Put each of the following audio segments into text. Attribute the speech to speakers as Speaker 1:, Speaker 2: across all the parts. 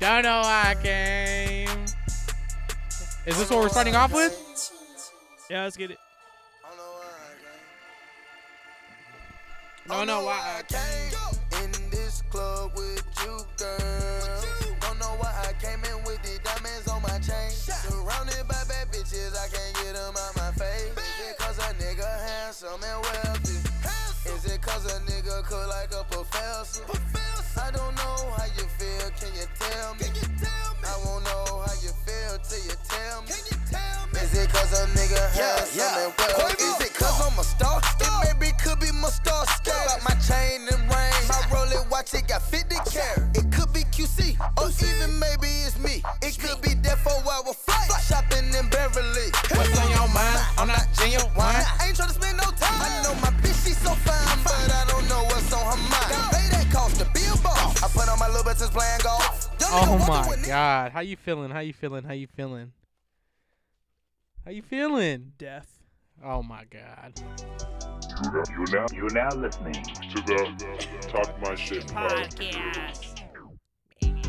Speaker 1: Don't know why I came. Is this what we're starting off with?
Speaker 2: Yeah, let's get it.
Speaker 1: Don't know why I
Speaker 3: came in this club with you, girl. Don't know why I came in with the diamonds on my chain. Surrounded by bad bitches, I can't get them out my face. Is it cause a nigga handsome and wealthy? Is it cause a nigga cook like a professor? I don't know how you feel, can you tell me? I won't know how you feel till you tell me. Is it cause a nigga handsome and wealthy? Is it cause I'm a star? It maybe could be my star scale. Got my chain and ring. My Rolex watch, it got 50 carat. It could be QC, or even maybe it's me. It could be that for our flight. Shopping in Beverly.
Speaker 1: What's on your mind? I'm not genuine.
Speaker 3: I ain't tryna spend no time. I know my bitch, she so fine, but I don't know what's on her mind. Pay that cost to be a boss. I put on my little bitches playing golf. Young
Speaker 1: Oh
Speaker 3: nigga walking
Speaker 1: my
Speaker 3: with niggas
Speaker 1: god. How you feeling? How you feeling? How you feeling? How you feeling?
Speaker 2: Death.
Speaker 1: Oh my god.
Speaker 4: You're now, you're now listening to the Talk My Shit podcast.
Speaker 5: podcast.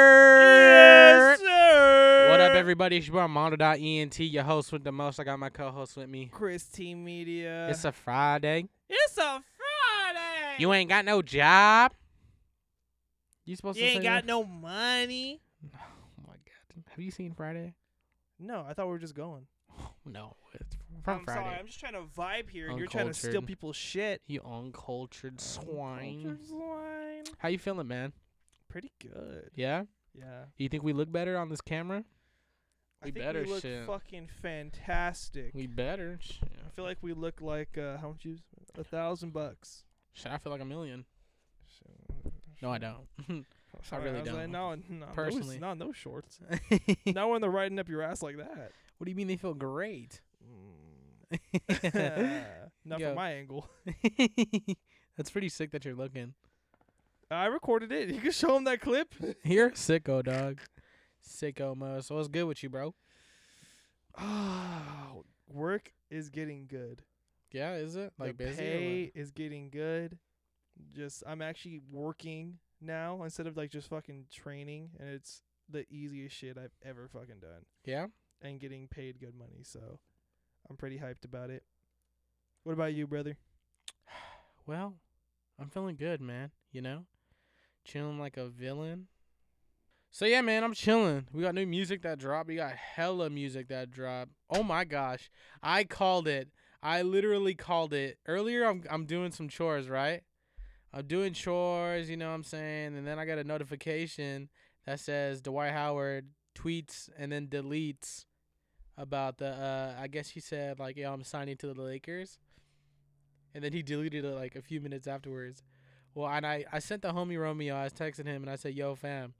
Speaker 1: Yeah.
Speaker 2: sir.
Speaker 1: What up, everybody? It's your boy Mondo.ent, your host with the most. I got my co-host with me.
Speaker 2: Chris T Media.
Speaker 1: It's a Friday.
Speaker 2: It's a Friday.
Speaker 1: You ain't got no job. You supposed
Speaker 2: You
Speaker 1: to
Speaker 2: ain't
Speaker 1: say
Speaker 2: got
Speaker 1: that?
Speaker 2: no money.
Speaker 1: Oh my god. Have you seen Friday?
Speaker 2: No, I thought we were just going.
Speaker 1: No, it's from
Speaker 2: I'm
Speaker 1: Friday.
Speaker 2: sorry. I'm just trying to vibe here, and you're trying to steal
Speaker 1: Uncultured.
Speaker 2: people's shit.
Speaker 1: You uncultured swine.
Speaker 2: Cultured swine.
Speaker 1: How you feeling, man?
Speaker 2: Pretty good.
Speaker 1: Yeah.
Speaker 2: Yeah.
Speaker 1: You think we look better on this camera?
Speaker 2: I
Speaker 1: We
Speaker 2: think
Speaker 1: better
Speaker 2: we look
Speaker 1: shit.
Speaker 2: fucking fantastic.
Speaker 1: We better. Shit.
Speaker 2: I feel like we look like uh, how much? You, a thousand bucks.
Speaker 1: Shit, I feel like a million. No, I don't. I
Speaker 2: Alright,
Speaker 1: really
Speaker 2: was like,
Speaker 1: don't.
Speaker 2: no, no,
Speaker 1: Personally.
Speaker 2: Personally, not no shorts.
Speaker 1: what
Speaker 2: not when they're riding up your ass like that.
Speaker 1: do you mean they feel great? Mm.
Speaker 2: not
Speaker 1: Yo.
Speaker 2: from my angle.
Speaker 1: That's pretty sick that you're looking.
Speaker 2: I recorded it. You can show them that clip.
Speaker 1: You're a sicko, dog. Sicko mo. So what's good with you, bro?
Speaker 2: Oh, work is getting good.
Speaker 1: Yeah, is it like
Speaker 2: the
Speaker 1: busy? or
Speaker 2: pay
Speaker 1: what?
Speaker 2: is getting good. Just I'm actually working now instead of like just fucking training, and it's the easiest shit I've ever fucking done,
Speaker 1: Yeah.
Speaker 2: and getting paid good money. So I'm pretty hyped about it. What about you, brother?
Speaker 1: Well, I'm feeling good, man. You know, chilling like a villain. So yeah, man, I'm chilling. We got new music that dropped. We got hella music that dropped. Oh my gosh, I called it. I literally called it earlier. I'm I'm doing some chores, right? I'm doing chores. You know what I'm saying? And then I got a notification that says Dwight Howard tweets and then deletes about the. Uh, I guess he said like, "Yo, I'm signing to the Lakers." and then he deleted it like a few minutes afterwards. Well, and I, I sent the homie Romeo. I was texting him and I said, "Yo, fam,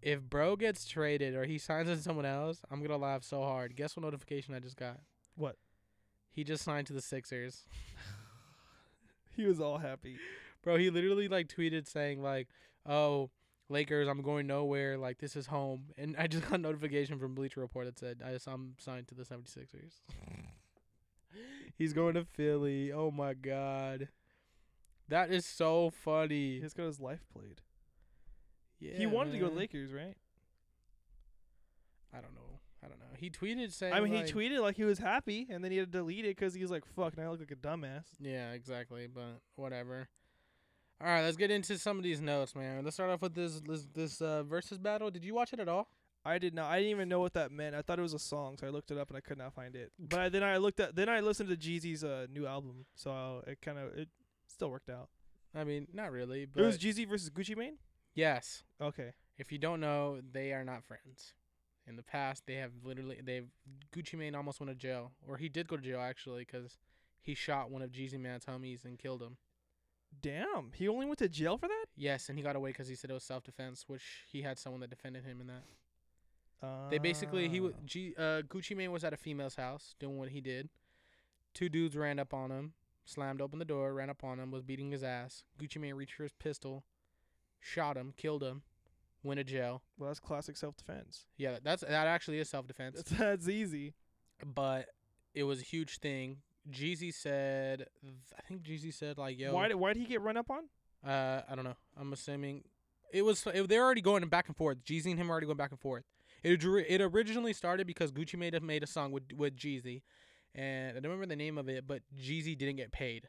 Speaker 1: if bro gets traded or he signs with someone else, I'm gonna laugh so hard." Guess what notification I just got?
Speaker 2: What?
Speaker 1: He just signed to the Sixers,
Speaker 2: He was all happy.
Speaker 1: bro. He literally like tweeted saying like, "Oh, Lakers, I'm going nowhere. Like this is home." And I just got a notification from Bleacher Report that said, I, "I'm signed to the 76ers." He's going to Philly. Oh my god. That is so funny.
Speaker 2: He's got his life played.
Speaker 1: Yeah,
Speaker 2: he wanted to go
Speaker 1: man.
Speaker 2: Lakers, right?
Speaker 1: I don't know. I don't know. He tweeted saying.
Speaker 2: I mean,
Speaker 1: like-
Speaker 2: he tweeted like he was happy, and then he had to delete it because he was like, "Fuck, now I look like a dumbass."
Speaker 1: Yeah, exactly. But whatever. All right, let's get into some of these notes, man. Let's start off with this this, this uh, versus battle. Did you watch it at all?
Speaker 2: I did not. I didn't even know what that meant. I thought it was a song, so I looked it up and I could not find it. But I, then I looked at. Then I listened to Jeezy's uh, new album, so it kind of it still worked out.
Speaker 1: I mean, not really. But
Speaker 2: it was Jeezy versus Gucci Mane.
Speaker 1: yes.
Speaker 2: Okay,
Speaker 1: If you don't know, they are not friends. In the past, they have literally they've Gucci Mane almost went to jail, or he did go to jail actually, because he shot one of Jeezy Man's homies and killed him.
Speaker 2: damn, he only went to jail for that.
Speaker 1: Yes, and he got away because he said it was self defense, which he had someone that defended him in that.
Speaker 2: Uh,
Speaker 1: They basically he was G, uh, Gucci Mane was at a female's house doing what he did. Two dudes ran up on him, slammed open the door, ran up on him, was beating his ass. Gucci Mane reached for his pistol, shot him, killed him, went to jail.
Speaker 2: Well, that's classic self defense.
Speaker 1: Yeah, that's that actually is self defense,
Speaker 2: That's, that's easy.
Speaker 1: but it was a huge thing. Jeezy said, I think Jeezy said like, "Yo,
Speaker 2: Why did why did he get run up on?
Speaker 1: Uh, I don't know. I'm assuming it was. It, they're already going back and forth. Jeezy and him are already going back and forth. It dri- it originally started because Gucci made a, made a song with with Jeezy, and I don't remember the name of it, but Jeezy didn't get paid.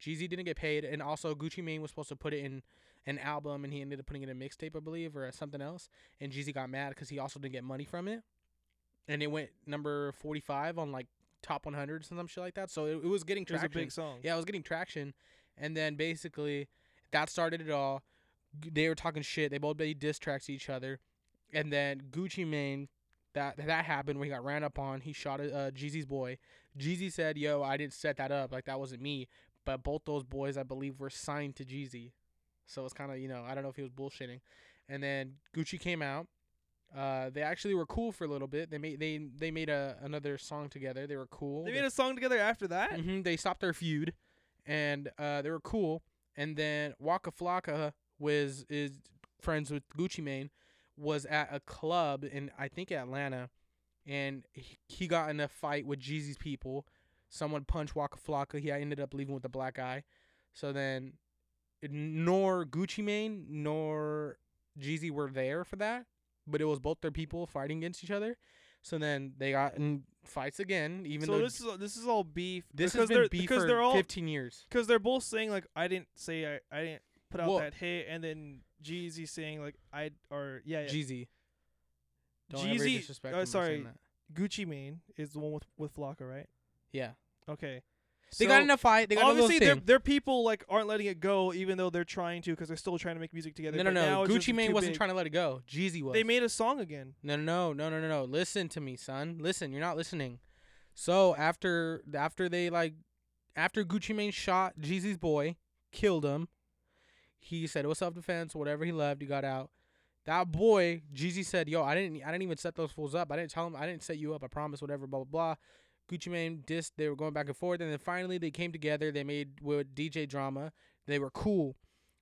Speaker 1: Jeezy didn't get paid, and also Gucci Mane was supposed to put it in an album, and he ended up putting it in a mixtape, I believe, or something else. And Jeezy got mad because he also didn't get money from it, and it went number forty five on like top one hundred or some shit like that. So it, it was getting
Speaker 2: It was
Speaker 1: traction.
Speaker 2: a big song.
Speaker 1: Yeah, I was getting traction, and then basically that started it all. G- They were talking shit. They both made diss tracks to each other, and then Gucci Mane, that that happened when he got ran up on. He shot at uh, Jeezy's boy. Jeezy said, "Yo, I didn't set that up. Like that wasn't me." But both those boys, I believe, were signed to Jeezy, so it's kind of you know I don't know if he was bullshitting. And then Gucci came out. Uh, they actually were cool for a little bit. They made they they made a another song together. They were cool.
Speaker 2: They
Speaker 1: They-
Speaker 2: made a song together after that.
Speaker 1: hmm They stopped their feud, and uh, they were cool. And then Waka Flocka was is friends with Gucci Mane, was at a club in I think Atlanta, and he, he got in a fight with Jeezy's people. Someone punched Waka Flocka. He ended up leaving with a black eye. So then, nor Gucci Mane nor Jeezy were there for that, but it was both their people fighting against each other. So then they got in fights again, even
Speaker 2: so
Speaker 1: though
Speaker 2: this is all- this is all beef.
Speaker 1: this
Speaker 2: because
Speaker 1: has been
Speaker 2: they're,
Speaker 1: beef
Speaker 2: because
Speaker 1: for
Speaker 2: they're all
Speaker 1: 15 years.
Speaker 2: because they're both saying like I didn't say I, I didn't put out
Speaker 1: Well-
Speaker 2: that hit, and then Jeezy saying like I or yeah, yeah.
Speaker 1: Jeezy. Don't ever
Speaker 2: Jeezy-
Speaker 1: disrespect
Speaker 2: uh,
Speaker 1: him by saying
Speaker 2: sorry.
Speaker 1: that.
Speaker 2: Gucci Mane is the one with with Flocka, right?
Speaker 1: Yeah.
Speaker 2: Okay,
Speaker 1: They got
Speaker 2: So
Speaker 1: in a fight. They got in a
Speaker 2: obviously
Speaker 1: little
Speaker 2: their
Speaker 1: thing.
Speaker 2: their people like aren't letting it go, even though they're trying to, because they're still trying to make music together.
Speaker 1: No, no,
Speaker 2: but now
Speaker 1: no.
Speaker 2: it's just
Speaker 1: Gucci Mane
Speaker 2: too
Speaker 1: wasn't
Speaker 2: big.
Speaker 1: trying to let it go. Jeezy was.
Speaker 2: They made a song again.
Speaker 1: No, no, no, no, no, no. Listen to me, son. Listen, you're not listening. So after after they like after Gucci Mane shot Jeezy's boy, killed him. He said it was self defense. Whatever he left, he got out. That boy, Jeezy said, "Yo, I didn't, I didn't even set those fools up. I didn't tell him, I didn't set you up. I promise. Whatever, blah blah blah." Gucci Mane dissed. They were going back and forth, and then finally they came together. They made with DJ Drama. They were cool.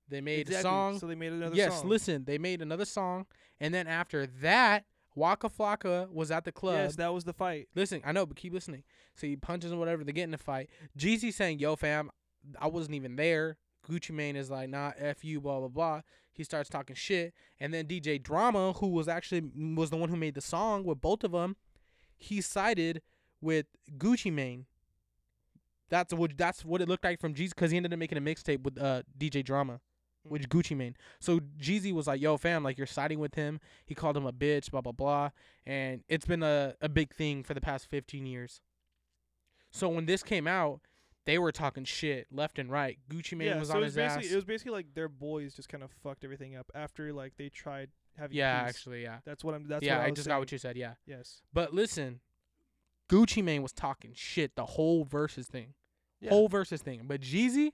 Speaker 1: They made a
Speaker 2: Exactly.
Speaker 1: song.
Speaker 2: So they made another
Speaker 1: Yes,
Speaker 2: song.
Speaker 1: listen, they made another song, and then after that, Waka Flocka was at the club.
Speaker 2: Yes, that was the fight.
Speaker 1: listen, I know, but keep listening. So he punches and whatever, they get in a fight. Jeezy saying, "Yo, fam, I wasn't even there." Gucci Mane is like, "Nah, f you," blah blah blah. He starts talking shit, and then DJ Drama, who was actually was the one who made the song with both of them, he sided with Gucci Mane. That's what that's what it looked like from Jeezy because he ended up making a mixtape with uh, DJ Drama,
Speaker 2: Mm.
Speaker 1: which Gucci Mane. So Jeezy was like, "Yo, fam, like you're siding with him." He called him a bitch, blah blah blah, and it's been a, a big thing for the past 15 years. So when this came out, they were talking shit left and right. Gucci Mane
Speaker 2: yeah,
Speaker 1: was
Speaker 2: so
Speaker 1: on
Speaker 2: it was
Speaker 1: his
Speaker 2: basically
Speaker 1: ass.
Speaker 2: it was basically like their boys just kind of fucked everything up after like they tried having
Speaker 1: yeah,
Speaker 2: peace.
Speaker 1: actually, yeah,
Speaker 2: That's what I'm. That's
Speaker 1: yeah.
Speaker 2: What
Speaker 1: I,
Speaker 2: was
Speaker 1: just got what you said. Yeah,
Speaker 2: saying. Yes.
Speaker 1: but listen, Gucci Mane was talking shit the whole versus thing,
Speaker 2: Yeah.
Speaker 1: whole versus thing. But Jeezy,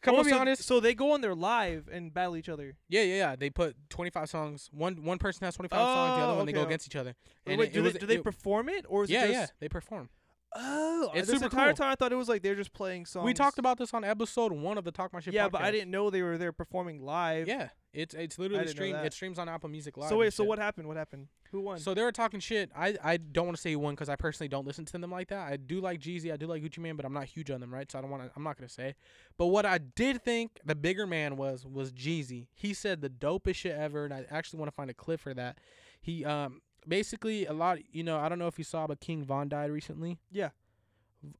Speaker 1: come
Speaker 2: Oh,
Speaker 1: on, be
Speaker 2: so-
Speaker 1: honest.
Speaker 2: So they go on their live and battle each other.
Speaker 1: Yeah, yeah, yeah. They put 25 songs. One one person has 25 songs. The other
Speaker 2: Oh,
Speaker 1: one they go
Speaker 2: okay.
Speaker 1: against each other.
Speaker 2: Or
Speaker 1: And
Speaker 2: wait,
Speaker 1: it-
Speaker 2: do
Speaker 1: it
Speaker 2: they,
Speaker 1: was-
Speaker 2: do they
Speaker 1: it-
Speaker 2: perform it or is
Speaker 1: yeah,
Speaker 2: it
Speaker 1: yeah.
Speaker 2: just?
Speaker 1: They perform.
Speaker 2: Oh,
Speaker 1: It's
Speaker 2: this
Speaker 1: super
Speaker 2: entire
Speaker 1: cool.
Speaker 2: time I thought it was like they're just playing songs.
Speaker 1: We talked about this on episode one of the Talk My Shit.
Speaker 2: Yeah, but I
Speaker 1: podcast.
Speaker 2: didn't know they were there performing live.
Speaker 1: Yeah, it's it's literally
Speaker 2: didn't know
Speaker 1: streamed. It
Speaker 2: that.
Speaker 1: streams on Apple Music Live.
Speaker 2: So
Speaker 1: and
Speaker 2: wait, so
Speaker 1: shit.
Speaker 2: what happened? What happened? Who won?
Speaker 1: So they were talking shit. I, I don't want to say one because I personally don't listen to them like that. I do like Jeezy, I do like Gucci Mane, but I'm not huge on them, right? So I don't want to. I'm not gonna say. But what I did think the bigger man was was Jeezy. He said the dopest shit ever, and I actually want to find a clip for that. He um basically a lot. You know, I don't know if you saw, but King Von died recently.
Speaker 2: Yeah.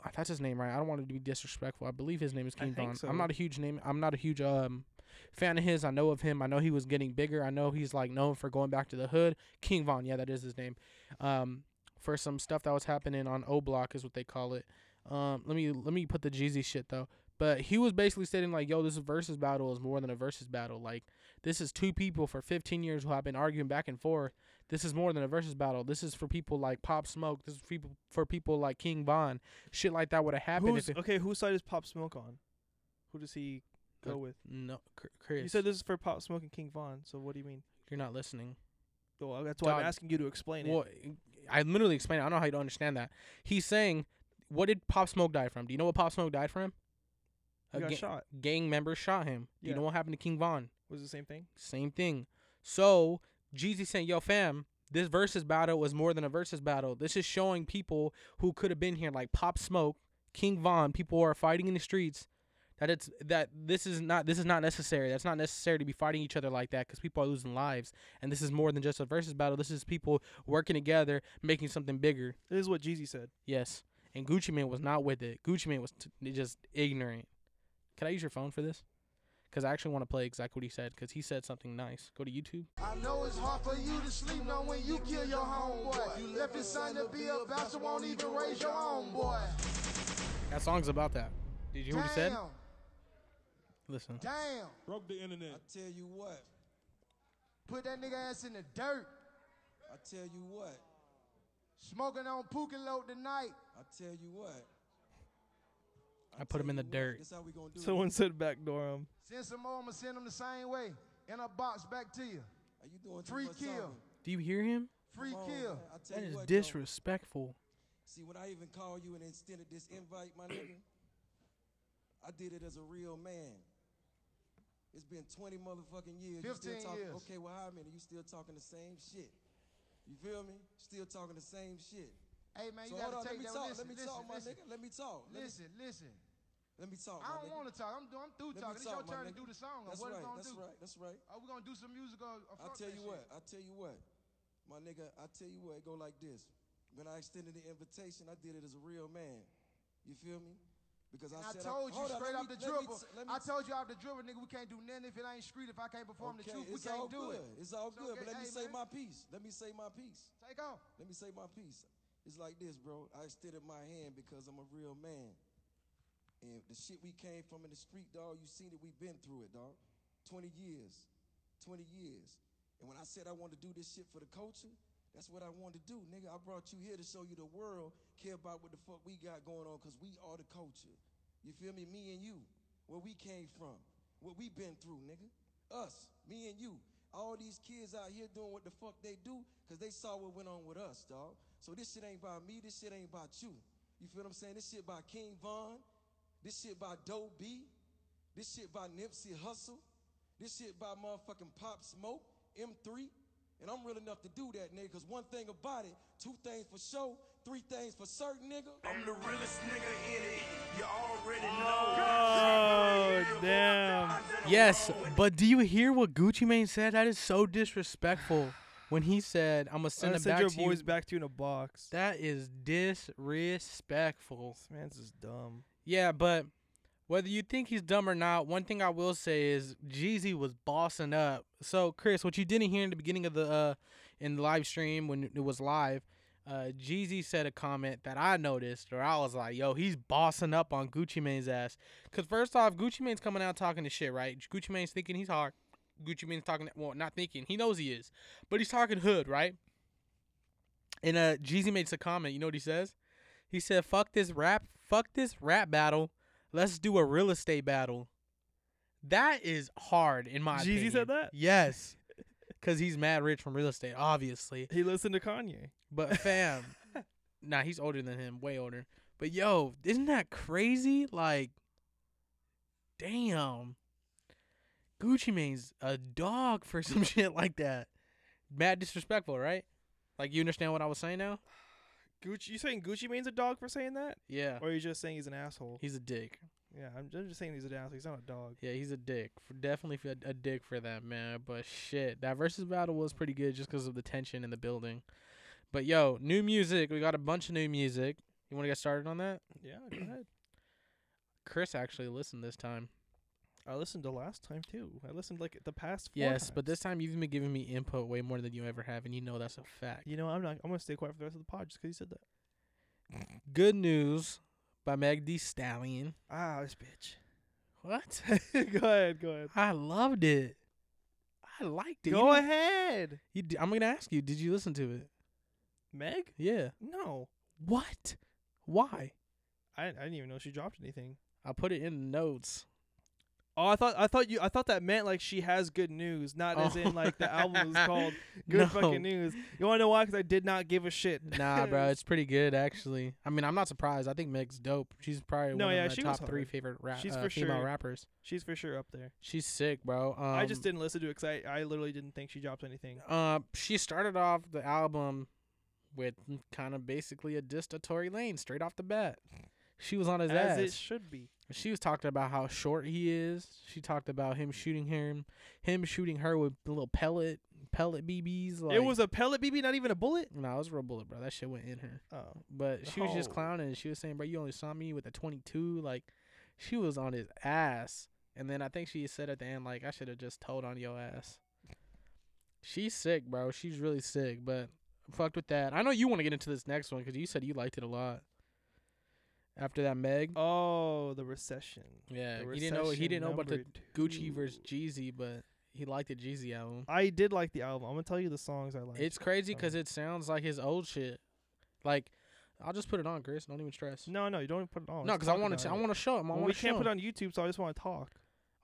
Speaker 1: Uh, that's his name, right? I don't want to be disrespectful. I believe his name is
Speaker 2: I
Speaker 1: King
Speaker 2: think
Speaker 1: Von.
Speaker 2: so.
Speaker 1: I'm not a huge name. I'm not a huge um fan of his. I know of him. I know he was getting bigger. I know he's like known for going back to the hood. King Von, yeah, that is his name. Um, for some stuff that was happening on O Block is what they call it. Um, let me let me put the Jeezy shit though. But he was basically stating like, "Yo, this versus battle is more than a versus battle. Like, this is two people for 15 years who have been arguing back and forth. This is more than a versus battle. This is for people like Pop Smoke. This is for people for people like King Von. Shit like that would have happened
Speaker 2: Who's,
Speaker 1: if it,
Speaker 2: okay, whose side is Pop Smoke on? Who does he go
Speaker 1: Good.
Speaker 2: with?
Speaker 1: no, Cr- Chris,
Speaker 2: You said this is for Pop Smoke and King Von. So what do you mean?
Speaker 1: you're not listening.
Speaker 2: Well, that's why
Speaker 1: Dog.
Speaker 2: I'm asking you to explain it.
Speaker 1: Well, I literally explained. it. I don't know how you don't understand that. He's saying, what did Pop Smoke die from? Do you know what Pop Smoke died from?
Speaker 2: He got
Speaker 1: ga-
Speaker 2: shot.
Speaker 1: gang member shot him. Do you
Speaker 2: Yeah.
Speaker 1: know what happened to King Von?
Speaker 2: Was it the same thing?
Speaker 1: Same thing. So Jeezy saying, "Yo, fam, this versus battle was more than a versus battle. This is showing people who could have been here, like Pop Smoke, King Von, people who are fighting in the streets, that it's that this is not this is not necessary. That's not necessary to be fighting each other like that because people are losing lives, and this is more than just a versus battle. This is people working together, making something bigger.
Speaker 2: This is what Jeezy said.
Speaker 1: Yes, and Gucci Man was not with it. Gucci Man was t- just ignorant. Can I use your phone for this? Because I actually want to play exactly what he said. Because he said something nice. Go to YouTube.
Speaker 5: I know it's hard for you to sleep, know when you kill your homeboy. You left his son to be a bastard, won't even raise your own boy.
Speaker 1: That song's about that. Did you hear what he said? Listen.
Speaker 5: Damn,
Speaker 6: Broke the internet.
Speaker 7: I tell you what.
Speaker 5: Put that nigga ass in the dirt.
Speaker 7: I tell you what.
Speaker 5: Smoking on Pukalope tonight.
Speaker 7: I tell you what.
Speaker 1: I put him in the dirt.
Speaker 7: That's how we gonna do it.
Speaker 2: Someone said backdoor him.
Speaker 5: Send some more, I'ma send them the same way. In a box back to you.
Speaker 7: Are you doing too
Speaker 5: Free
Speaker 7: much
Speaker 5: kill.
Speaker 7: talking?
Speaker 1: Do you hear him?
Speaker 5: Free
Speaker 7: Come on,
Speaker 5: kill.
Speaker 7: man. I tell
Speaker 1: That
Speaker 7: you
Speaker 1: is
Speaker 7: what, though.
Speaker 1: disrespectful.
Speaker 7: See, when I even called you and extended this invite, my nigga, I did it as a real man. It's been 20 motherfucking years. You still
Speaker 5: 15
Speaker 7: talking,
Speaker 5: years.
Speaker 7: Okay, well, how many? You still talking the same shit. You feel me? Still talking the same shit.
Speaker 5: Hey man, you
Speaker 7: so hold
Speaker 5: gotta
Speaker 7: on, let
Speaker 5: take
Speaker 7: me
Speaker 5: that.
Speaker 7: talk.
Speaker 5: listen,
Speaker 7: let me
Speaker 5: listen,
Speaker 7: talk, my
Speaker 5: listen,
Speaker 7: nigga. Let me talk. Let me-
Speaker 5: listen, listen.
Speaker 7: Let me
Speaker 5: I don't
Speaker 7: talk. my nigga.
Speaker 5: want to talk. I'm, I'm through
Speaker 7: Let me
Speaker 5: talking. It's your
Speaker 7: talk, my
Speaker 5: turn to
Speaker 7: nigga.
Speaker 5: do the song. what
Speaker 7: That's right.
Speaker 5: are we gonna
Speaker 7: That's
Speaker 5: do?
Speaker 7: right. That's right.
Speaker 5: Are we gonna do some music or, or
Speaker 7: I
Speaker 5: fuck
Speaker 7: tell
Speaker 5: that
Speaker 7: you
Speaker 5: shit?
Speaker 7: what, I tell you what, my nigga, I tell you what, it go like this. When I extended the invitation, I did it as a real man. You feel me? Because
Speaker 5: And
Speaker 7: I
Speaker 5: I
Speaker 7: said
Speaker 5: told you
Speaker 7: hold on,
Speaker 5: straight
Speaker 7: let
Speaker 5: off
Speaker 7: me-
Speaker 5: the
Speaker 7: let me
Speaker 5: dribble.
Speaker 7: t- let me
Speaker 5: I
Speaker 7: t-
Speaker 5: told you off the dribble, nigga. We can't do nothing if it ain't street. If I can't perform the
Speaker 7: okay,
Speaker 5: truth, we
Speaker 7: it's
Speaker 5: can't
Speaker 7: all
Speaker 5: do
Speaker 7: good.
Speaker 5: it.
Speaker 7: It's all
Speaker 5: It's
Speaker 7: good, but
Speaker 5: okay.
Speaker 7: let me
Speaker 5: Hey,
Speaker 7: say
Speaker 5: man.
Speaker 7: my piece. Let me say my piece.
Speaker 5: Take off.
Speaker 7: Let me say my piece. It's like this, bro. I extended my hand because I'm a real man. And the shit we came from in the street, dog, you seen it, we've been through it, dog. 20 years. 20 years. And when I said I wanted to do this shit for the culture, that's what I wanted to do, nigga. I brought you here to show you the world care about what the fuck we got going on because we are the culture. You feel me? Me and you. Where we came from. What we been through, nigga. Us. Me and you. All these kids out here doing what the fuck they do because they saw what went on with us, dog. So this shit ain't about me. This shit ain't about you. You feel what I'm saying? This shit by King Von. This shit by Doe B. This shit by Nipsey Hussle. This shit by motherfucking Pop Smoke, M3. And I'm real enough to do that, nigga, because one thing about it, two things for sure, three things for certain, nigga.
Speaker 8: I'm the realest nigga in it. You already
Speaker 2: Oh damn!
Speaker 1: Yes, but do you hear what Gucci Mane said? That is so disrespectful. When he said, "I'm gonna send
Speaker 2: I
Speaker 1: him
Speaker 2: send
Speaker 1: back
Speaker 2: your
Speaker 1: to
Speaker 2: boys
Speaker 1: you,"
Speaker 2: back to you in a box.
Speaker 1: that is disrespectful.
Speaker 2: This man's just dumb.
Speaker 1: Yeah, but whether you think he's dumb or not, one thing I will say is Jeezy was bossing up. So Chris, what you didn't hear in the beginning of the uh in the live stream when it was live, uh Jeezy said a comment that I noticed or I was like, yo, he's bossing up on Gucci Mane's ass. Cause first off, Gucci Mane's coming out talking to shit, right? Gucci Mane's thinking he's hard. Gucci Mane's talking well, not thinking, he knows he is. But he's talking hood, right? And uh Jeezy makes a comment, you know what he says? He said, "Fuck this rap, fuck this rap battle. Let's do a real estate battle." That is hard in my opinion.
Speaker 2: Jeezy said that?
Speaker 1: Yes, because he's mad rich from real estate, obviously.
Speaker 2: He listened to Kanye.
Speaker 1: But fam, nah, he's older than him, way older. But yo, isn't that crazy? Like, damn, Gucci Mane's a dog for some shit like that. Mad disrespectful, right? Like, you understand what I was saying now?
Speaker 2: Gucci, you saying Gucci Mane's a dog for saying that,
Speaker 1: Yeah,
Speaker 2: or are you just saying he's an asshole?
Speaker 1: he's a dick.
Speaker 2: yeah, I'm just, I'm just saying he's an asshole. He's not a dog.
Speaker 1: Yeah, he's a dick. For, definitely f- a dick for that man. But shit, that versus battle was pretty good just because of the tension in the building. But yo, new music. We got a bunch of new music. You want to get started on that?
Speaker 2: Yeah, go ahead.
Speaker 1: Chris actually listened this time.
Speaker 2: I listened to last time too. I listened like the past. Four
Speaker 1: yes, but
Speaker 2: times.
Speaker 1: this time you've been giving me input way more than you ever have, and you know that's a fact.
Speaker 2: You know, I'm not. I'm gonna stay quiet for the rest of the pod just 'cause you said that.
Speaker 1: Good news by Meg D Stallion.
Speaker 2: Ah, this bitch.
Speaker 1: What?
Speaker 2: go ahead. Go ahead.
Speaker 1: I loved it. I liked it.
Speaker 2: Go ahead.
Speaker 1: You, d- I'm gonna ask you. Did you listen to it?
Speaker 2: Meg?
Speaker 1: Yeah.
Speaker 2: No,
Speaker 1: What? Why?
Speaker 2: I, I didn't even know she dropped anything.
Speaker 1: I put it in the notes.
Speaker 2: Oh, I thought I thought you I thought that meant like she has good news, not as
Speaker 1: Oh.
Speaker 2: in like the album is called Good Fucking
Speaker 1: No.
Speaker 2: News. You want to know why? Because I did not give a shit.
Speaker 1: Nah, bro, it's pretty good actually. I mean, I'm not surprised. I think Meg's dope. She's probably
Speaker 2: No,
Speaker 1: one
Speaker 2: yeah,
Speaker 1: of
Speaker 2: she
Speaker 1: my
Speaker 2: was
Speaker 1: top three
Speaker 2: hard.
Speaker 1: favorite rap,
Speaker 2: She's
Speaker 1: uh,
Speaker 2: for
Speaker 1: female
Speaker 2: sure-
Speaker 1: rappers.
Speaker 2: She's for sure up there.
Speaker 1: She's sick, bro. Um,
Speaker 2: I just didn't listen to it because I, I literally didn't think she dropped anything.
Speaker 1: Uh, she started off the album with kind of basically a diss to Tory Lane straight off the bat. She was on his ass.
Speaker 2: as it should be.
Speaker 1: She was talking about how short he is. She talked about him shooting him, him shooting her with the little pellet pellet BBs. Like,
Speaker 2: it was a pellet BB, not even a bullet.
Speaker 1: no, it was a real bullet, bro. That shit went in her.
Speaker 2: Oh,
Speaker 1: But she was just
Speaker 2: Oh.
Speaker 1: clowning. She was saying, "Bro, you only saw me with a 22." Like, she was on his ass. And then I think she said at the end, like, "I should have just told on your ass." She's sick, bro. She's really sick. But I'm fucked with that. I know you want to get into this next one because you said you liked it a lot. After that, Meg.
Speaker 2: oh, the recession.
Speaker 1: yeah,
Speaker 2: The
Speaker 1: he didn't know. He
Speaker 2: Recession
Speaker 1: didn't know about the
Speaker 2: number
Speaker 1: Gucci versus
Speaker 2: two.
Speaker 1: Jeezy, but he liked the Jeezy album.
Speaker 2: I did like the album. I'm gonna tell you the songs I like.
Speaker 1: It's crazy
Speaker 2: I
Speaker 1: because
Speaker 2: mean-
Speaker 1: it sounds like his old shit. Like, I'll just put it on, Chris. Don't even stress. No,
Speaker 2: no, no, you don't even put it on.
Speaker 1: 'cause
Speaker 2: Let's
Speaker 1: I
Speaker 2: talk
Speaker 1: want
Speaker 2: about
Speaker 1: to. I
Speaker 2: it.
Speaker 1: want to show him. I
Speaker 2: Well,
Speaker 1: want
Speaker 2: we
Speaker 1: to show
Speaker 2: can't
Speaker 1: him.
Speaker 2: put it on YouTube, so I just want to talk.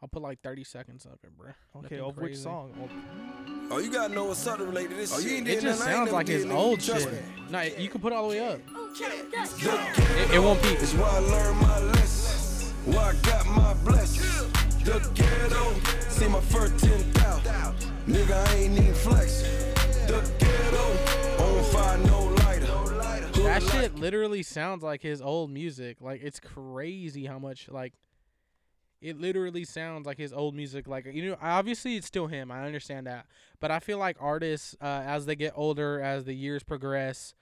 Speaker 1: I'll put like 30 seconds of it, bro.
Speaker 2: Okay,
Speaker 1: Nothing
Speaker 2: of which
Speaker 1: crazy.
Speaker 2: song? Of-
Speaker 7: Oh, you gotta know what's up related to this shit. Oh, You ain't
Speaker 1: It just sounds like his old shit. No, it- you can put it all the way up. It, it won't be.
Speaker 7: It's why I learned my lessons. Why I got my blessings. The ghetto. See my first 10,000. Nigga, I ain't even flexing. The ghetto. On fire, no lighter. Hood
Speaker 1: That
Speaker 7: like-
Speaker 1: shit literally sounds like his old music. Like it's crazy how much like it literally sounds like his old music. Like you know, obviously it's still him. I understand that, but I feel like artists uh, as they get older, as the years progress,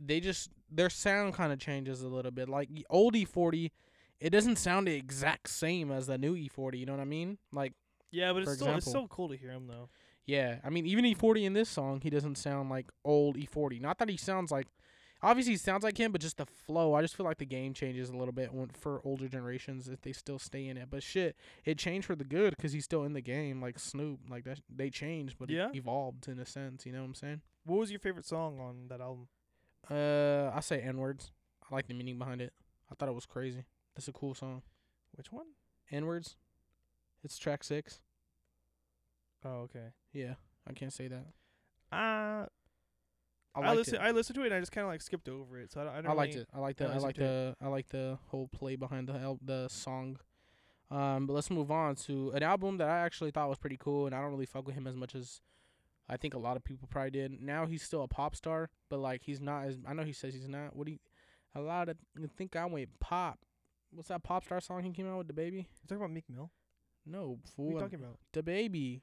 Speaker 1: they just their sound kind of changes a little bit. Like the old E40, it doesn't sound the exact same as the new E40. You know what I mean? Like
Speaker 2: yeah, but
Speaker 1: For
Speaker 2: it's still it's
Speaker 1: example.
Speaker 2: so cool to hear him though.
Speaker 1: yeah, I mean, even E40 in this song, he doesn't sound like old E40. Not that he sounds like, obviously he sounds like him, but just the flow. I just feel like the game changes a little bit when, for older generations if they still stay in it. But shit, it changed for the good because he's still in the game, like Snoop. Like that, they changed, but
Speaker 2: Yeah.
Speaker 1: it evolved in a sense. You know what I'm saying?
Speaker 2: What was your favorite song on that album?
Speaker 1: Uh, I say N words. I like the meaning behind it. I thought it was crazy. That's a cool song.
Speaker 2: Which one?
Speaker 1: N words. It's track six.
Speaker 2: Oh, okay.
Speaker 1: Yeah, I can't say that. I,
Speaker 2: Uh, I,
Speaker 1: liked
Speaker 2: listened.
Speaker 1: it.
Speaker 2: I listened to it and I just kind of like skipped over it. So I, don't- I, don't
Speaker 1: I liked
Speaker 2: really-
Speaker 1: it. I like the
Speaker 2: I
Speaker 1: I
Speaker 2: listened
Speaker 1: like
Speaker 2: to it.
Speaker 1: the I like the whole play behind the al- the song. Um, but let's move on to an album that I actually thought was pretty cool, and I don't really fuck with him as much as I think a lot of people probably did. Now he's still a pop star, but like he's not as I know he says he's not. What do you, a lot of you think I went pop? What's that pop star song he came out with? The baby?
Speaker 2: You talking about Meek Mill?
Speaker 1: No,
Speaker 2: What are you
Speaker 1: fool.
Speaker 2: talking about?
Speaker 1: The baby.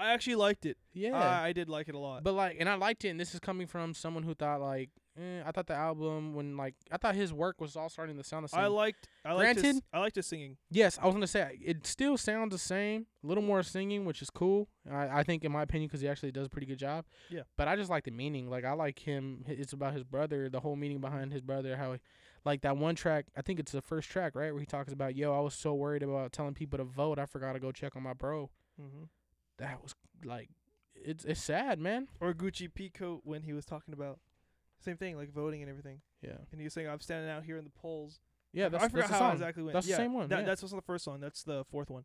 Speaker 2: I actually liked it.
Speaker 1: Yeah.
Speaker 2: I, I did like it a lot.
Speaker 1: But like, and I liked it, and this is coming from someone who thought like, eh, I thought the album when like I thought his work was all starting to sound the same.
Speaker 2: I liked. I liked. His,
Speaker 1: Granted-
Speaker 2: I liked his singing.
Speaker 1: Yes, I was gonna say it still sounds the same. A little more singing, which is cool. I, I think, in my opinion, because he actually does a pretty good job.
Speaker 2: Yeah.
Speaker 1: But I just like the meaning. Like I like him. hi- It's about his brother. The whole meaning behind his brother. How, he, like that one track. I think it's the first track, right, where he talks about, "Yo, I was so worried about telling people to vote. I forgot to go check on my bro."
Speaker 2: Mm-hmm.
Speaker 1: That was like, it's it's sad, man.
Speaker 2: Or Gucci Pico when he was talking about same thing like voting and everything,
Speaker 1: Yeah.
Speaker 2: and he was saying, "I'm standing out here in the polls."
Speaker 1: Yeah. That's,
Speaker 2: I forgot
Speaker 1: that's the
Speaker 2: how
Speaker 1: song.
Speaker 2: exactly went.
Speaker 1: That's the
Speaker 2: Yeah,
Speaker 1: same one,
Speaker 2: That,
Speaker 1: yeah.
Speaker 2: That's what's on the first song. That's the fourth one.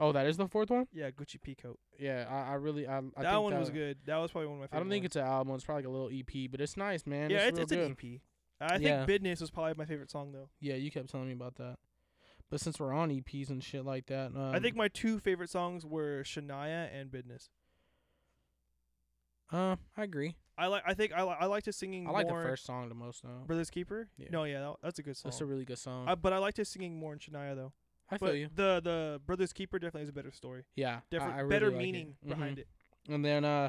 Speaker 1: Oh, that is the fourth one.
Speaker 2: Yeah, Gucci Pico.
Speaker 1: Yeah. I, I really I, I
Speaker 2: that
Speaker 1: think
Speaker 2: one was good. That was probably one of my favorite.
Speaker 1: I don't think
Speaker 2: ones.
Speaker 1: it's an album. It's probably like a little EP, but it's nice, man.
Speaker 2: yeah,
Speaker 1: it's,
Speaker 2: it's, it's
Speaker 1: real good.
Speaker 2: an E EP. I think
Speaker 1: Yeah.
Speaker 2: Business was probably my favorite song though.
Speaker 1: Yeah, you kept telling me about that. But since we're on EPs and shit like that, um,
Speaker 2: I think my two favorite songs were Shania and Business.
Speaker 1: uh, I agree.
Speaker 2: I like. I think I, li- I liked his singing.
Speaker 1: I like the
Speaker 2: more
Speaker 1: first song the most though.
Speaker 2: Brothers Keeper.
Speaker 1: Yeah.
Speaker 2: No, yeah, that, that's a good song.
Speaker 1: That's a really good song.
Speaker 2: I,
Speaker 1: I,
Speaker 2: but I liked his singing more in Shania though.
Speaker 1: feel
Speaker 2: but
Speaker 1: you.
Speaker 2: the the Brothers Keeper definitely is a better story.
Speaker 1: Yeah,
Speaker 2: Different,
Speaker 1: I, I really
Speaker 2: better
Speaker 1: like
Speaker 2: meaning
Speaker 1: it. Mm-hmm.
Speaker 2: behind it.
Speaker 1: it. And then uh,